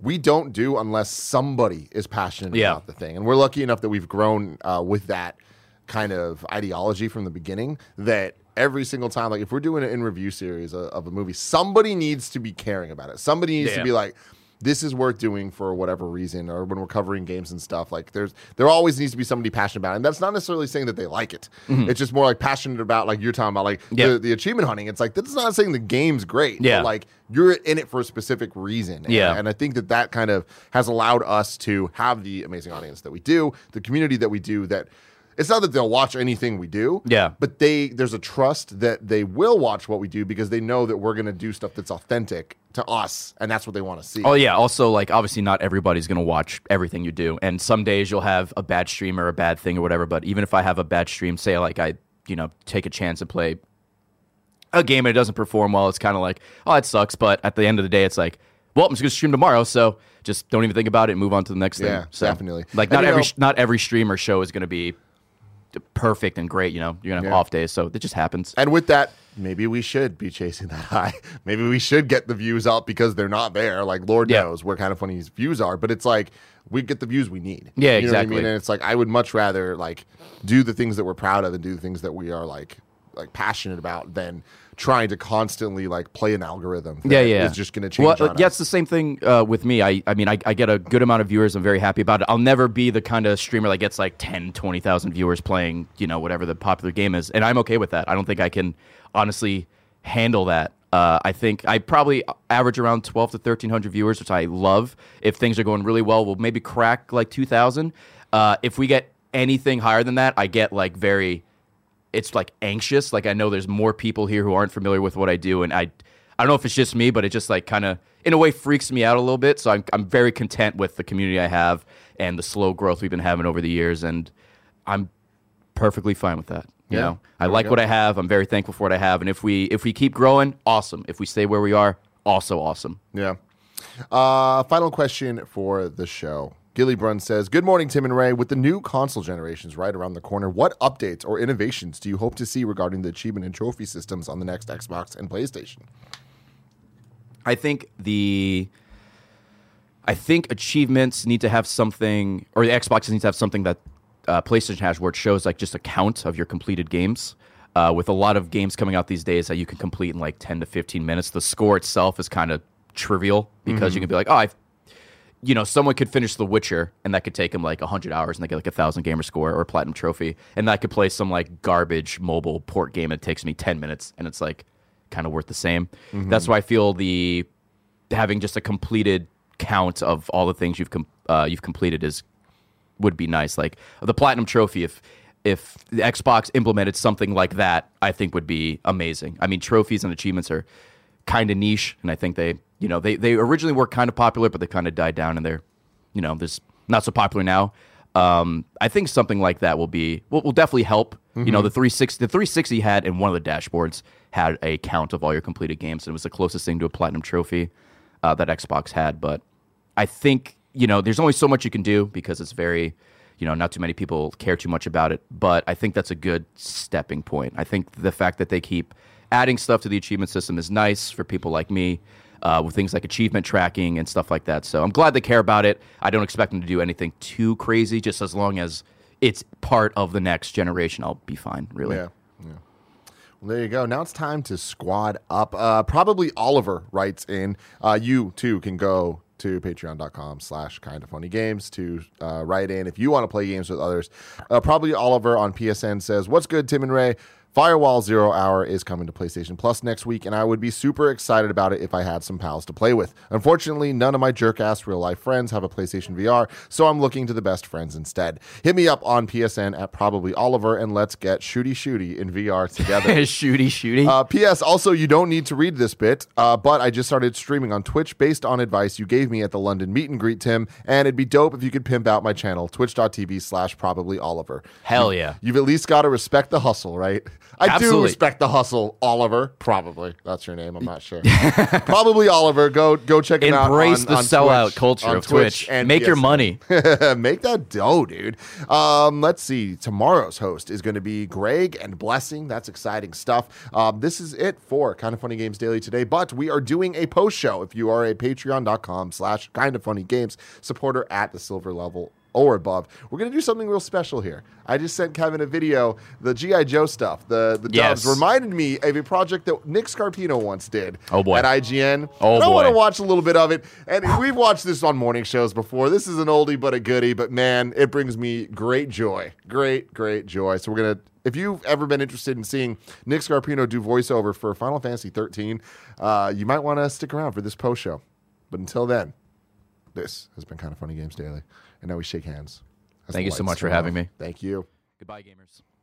[SPEAKER 1] we don't do unless somebody is passionate
[SPEAKER 2] Yeah.
[SPEAKER 1] about the thing. And we're lucky enough that we've grown uh, with that kind of ideology from the beginning that every single time, like if we're doing an in review series of, of a movie, somebody needs to be caring about it. Somebody needs to
[SPEAKER 2] Yeah.
[SPEAKER 1] be like, this is worth doing for whatever reason, or when we're covering games and stuff. Like there's there always needs to be somebody passionate about it. And that's not necessarily saying that they like it. It's just more like passionate about like you're talking about like
[SPEAKER 2] Mm-hmm. Yeah.
[SPEAKER 1] the, the achievement hunting. It's like that's not saying the game's great. but,
[SPEAKER 2] Yeah.
[SPEAKER 1] like you're in it for a specific reason. And-
[SPEAKER 2] Yeah.
[SPEAKER 1] And I think that that kind of has allowed us to have the amazing audience that we do, the community that we do that it's not that they'll watch anything we do,
[SPEAKER 2] Yeah.
[SPEAKER 1] But they there's a trust that they will watch what we do because they know that we're going to do stuff that's authentic to us, and that's what they want to see.
[SPEAKER 2] Oh yeah. Also, like obviously, not everybody's gonna watch everything you do, and some days you'll have a bad stream or a bad thing or whatever. But even if I have a bad stream, say like I, you know, take a chance and play a game and it doesn't perform well, it's kind of like, oh, it sucks. But at the end of the day, it's like, well, I'm just gonna stream tomorrow, so just don't even think about it and move on to the next
[SPEAKER 1] Yeah,
[SPEAKER 2] thing. So,
[SPEAKER 1] definitely.
[SPEAKER 2] Like
[SPEAKER 1] And,
[SPEAKER 2] not
[SPEAKER 1] you
[SPEAKER 2] every
[SPEAKER 1] know-
[SPEAKER 2] sh not every stream or show is gonna be perfect and great. You know, you're gonna have
[SPEAKER 1] Yeah.
[SPEAKER 2] off days, so it just happens.
[SPEAKER 1] And with that, maybe we should be chasing that high. Maybe we should get the views up because they're not there. Like Lord
[SPEAKER 2] Yeah.
[SPEAKER 1] knows where kind of funny these views are, but it's like we get the views we need.
[SPEAKER 2] Yeah,
[SPEAKER 1] You know what I
[SPEAKER 2] exactly.
[SPEAKER 1] mean? And it's like I would much rather like do the things that we're proud of and do the things that we are like like passionate about than trying to constantly like play an algorithm. that
[SPEAKER 2] yeah, yeah.
[SPEAKER 1] Is just going to change.
[SPEAKER 2] Well,
[SPEAKER 1] on
[SPEAKER 2] yeah,
[SPEAKER 1] us.
[SPEAKER 2] it's the same thing uh, with me. I, I mean, I, I get a good amount of viewers. I'm very happy about it. I'll never be the kind of streamer that gets like 10, 20,000 viewers playing, you know, whatever the popular game is. And I'm okay with that. I don't think I can honestly handle that. Uh, I think I probably average around 12 to 1,300 viewers, which I love. If things are going really well, we'll maybe crack like 2,000. Uh, if we get anything higher than that, I get like very it's like anxious. Like I know there's more people here who aren't familiar with what I do, and I I don't know if it's just me, but it just like kind of in a way freaks me out a little bit. So I'm I'm very content with the community I have and the slow growth we've been having over the years, and I'm perfectly fine with that. You
[SPEAKER 1] Yeah,
[SPEAKER 2] know, I
[SPEAKER 1] there we
[SPEAKER 2] like
[SPEAKER 1] go.
[SPEAKER 2] what I have. I'm very thankful for what I have, and if we if we keep growing, awesome. If we stay where we are, also awesome.
[SPEAKER 1] Yeah. Uh, final question for the show. Gilly Brun says, Good morning, Tim and Ray. With the new console generations right around the corner, what updates or innovations do you hope to see regarding the achievement and trophy systems on the next Xbox and PlayStation?
[SPEAKER 2] I think the I think achievements need to have something, or the Xbox needs to have something that uh, PlayStation has, where it shows like just a count of your completed games. Uh, with a lot of games coming out these days that you can complete in like ten to fifteen minutes, the score itself is kind of trivial because you can be like, oh, I've you know, someone could finish The Witcher and that could take them like 100 hours and they get like a 1,000 gamer score or a platinum trophy. And I could play some like garbage mobile port game that takes me 10 minutes and it's like kind of worth the same. That's why I feel the having just a completed count of all the things you've com- uh, you've completed is would be nice. Like the platinum trophy, if if the Xbox implemented something like that, I think would be amazing. I mean, trophies and achievements are kind of niche, and I think they, you know, they they originally were kind of popular, but they kind of died down, and they're, you know, there's not so popular now. Um, I think something like that will be will, will definitely help. You know, the 360 the 360 had in one of the dashboards had a count of all your completed games, and it was the closest thing to a platinum trophy uh, that Xbox had, but I think you know there's only so much you can do because it's very you know not too many people care too much about it but I think that's a good stepping point. I think the fact that they keep adding stuff to the achievement system is nice for people like me uh, with things like achievement tracking and stuff like that. So I'm glad they care about it. I don't expect them to do anything too crazy just as long as it's part of the next generation I'll be fine really.
[SPEAKER 1] Yeah. Yeah. Well, there you go. Now it's time to squad up. Uh, probably Oliver writes in. Uh, you too can go to patreon.com slash kind of funny games to uh, write in if you want to play games with others. Uh, probably Oliver on PSN says, What's good, Tim and Ray? Firewall Zero Hour is coming to PlayStation Plus next week, and I would be super excited about it if I had some pals to play with. Unfortunately, none of my jerk ass real life friends have a PlayStation VR, so I'm looking to the best friends instead. Hit me up on PSN at probably Oliver, and let's get shooty shooty in VR together.
[SPEAKER 2] shooty, shooty.
[SPEAKER 1] Uh, P.S. Also, you don't need to read this bit, uh, but I just started streaming on Twitch based on advice you gave me at the London meet and greet, Tim. And it'd be dope if you could pimp out my channel, twitch.tv slash probably Oliver.
[SPEAKER 2] Hell yeah.
[SPEAKER 1] You've at least got to respect the hustle, right? I do
[SPEAKER 2] Absolutely.
[SPEAKER 1] respect the hustle, Oliver. Probably that's your name. I'm not sure. probably Oliver. Go go check it out.
[SPEAKER 2] Embrace
[SPEAKER 1] on-
[SPEAKER 2] the
[SPEAKER 1] on
[SPEAKER 2] sellout
[SPEAKER 1] Twitch,
[SPEAKER 2] culture
[SPEAKER 1] on
[SPEAKER 2] of Twitch.
[SPEAKER 1] and
[SPEAKER 2] Make your
[SPEAKER 1] PSN.
[SPEAKER 2] money.
[SPEAKER 1] Make that dough, dude. Um, let's see. Tomorrow's host is going to be Greg and Blessing. That's exciting stuff. Um, this is it for Kind of Funny Games Daily today, but we are doing a post show. If you are a patreon.com slash kind of funny games supporter at the silver level or above, we're going to do something real special here. I just sent Kevin a video, the G.I. Joe stuff, the, the
[SPEAKER 2] Yes.
[SPEAKER 1] dubs reminded me of a project that Nick Scarpino once did
[SPEAKER 2] Oh, boy.
[SPEAKER 1] at IGN.
[SPEAKER 2] Oh,
[SPEAKER 1] and I
[SPEAKER 2] boy.
[SPEAKER 1] want to watch a little bit of it. And we've watched this on morning shows before. This is an oldie but a goodie, but man, it brings me great joy. Great, great joy. So we're going to. If you've ever been interested in seeing Nick Scarpino do voiceover for Final Fantasy 13, uh, you might want to stick around for this post show. But until then, this has been kind of funny games daily, and now we shake hands. as
[SPEAKER 2] Thank
[SPEAKER 1] the
[SPEAKER 2] you so
[SPEAKER 1] lights
[SPEAKER 2] much for
[SPEAKER 1] turn
[SPEAKER 2] having
[SPEAKER 1] off.
[SPEAKER 2] me.
[SPEAKER 1] Thank you.
[SPEAKER 2] Goodbye, gamers.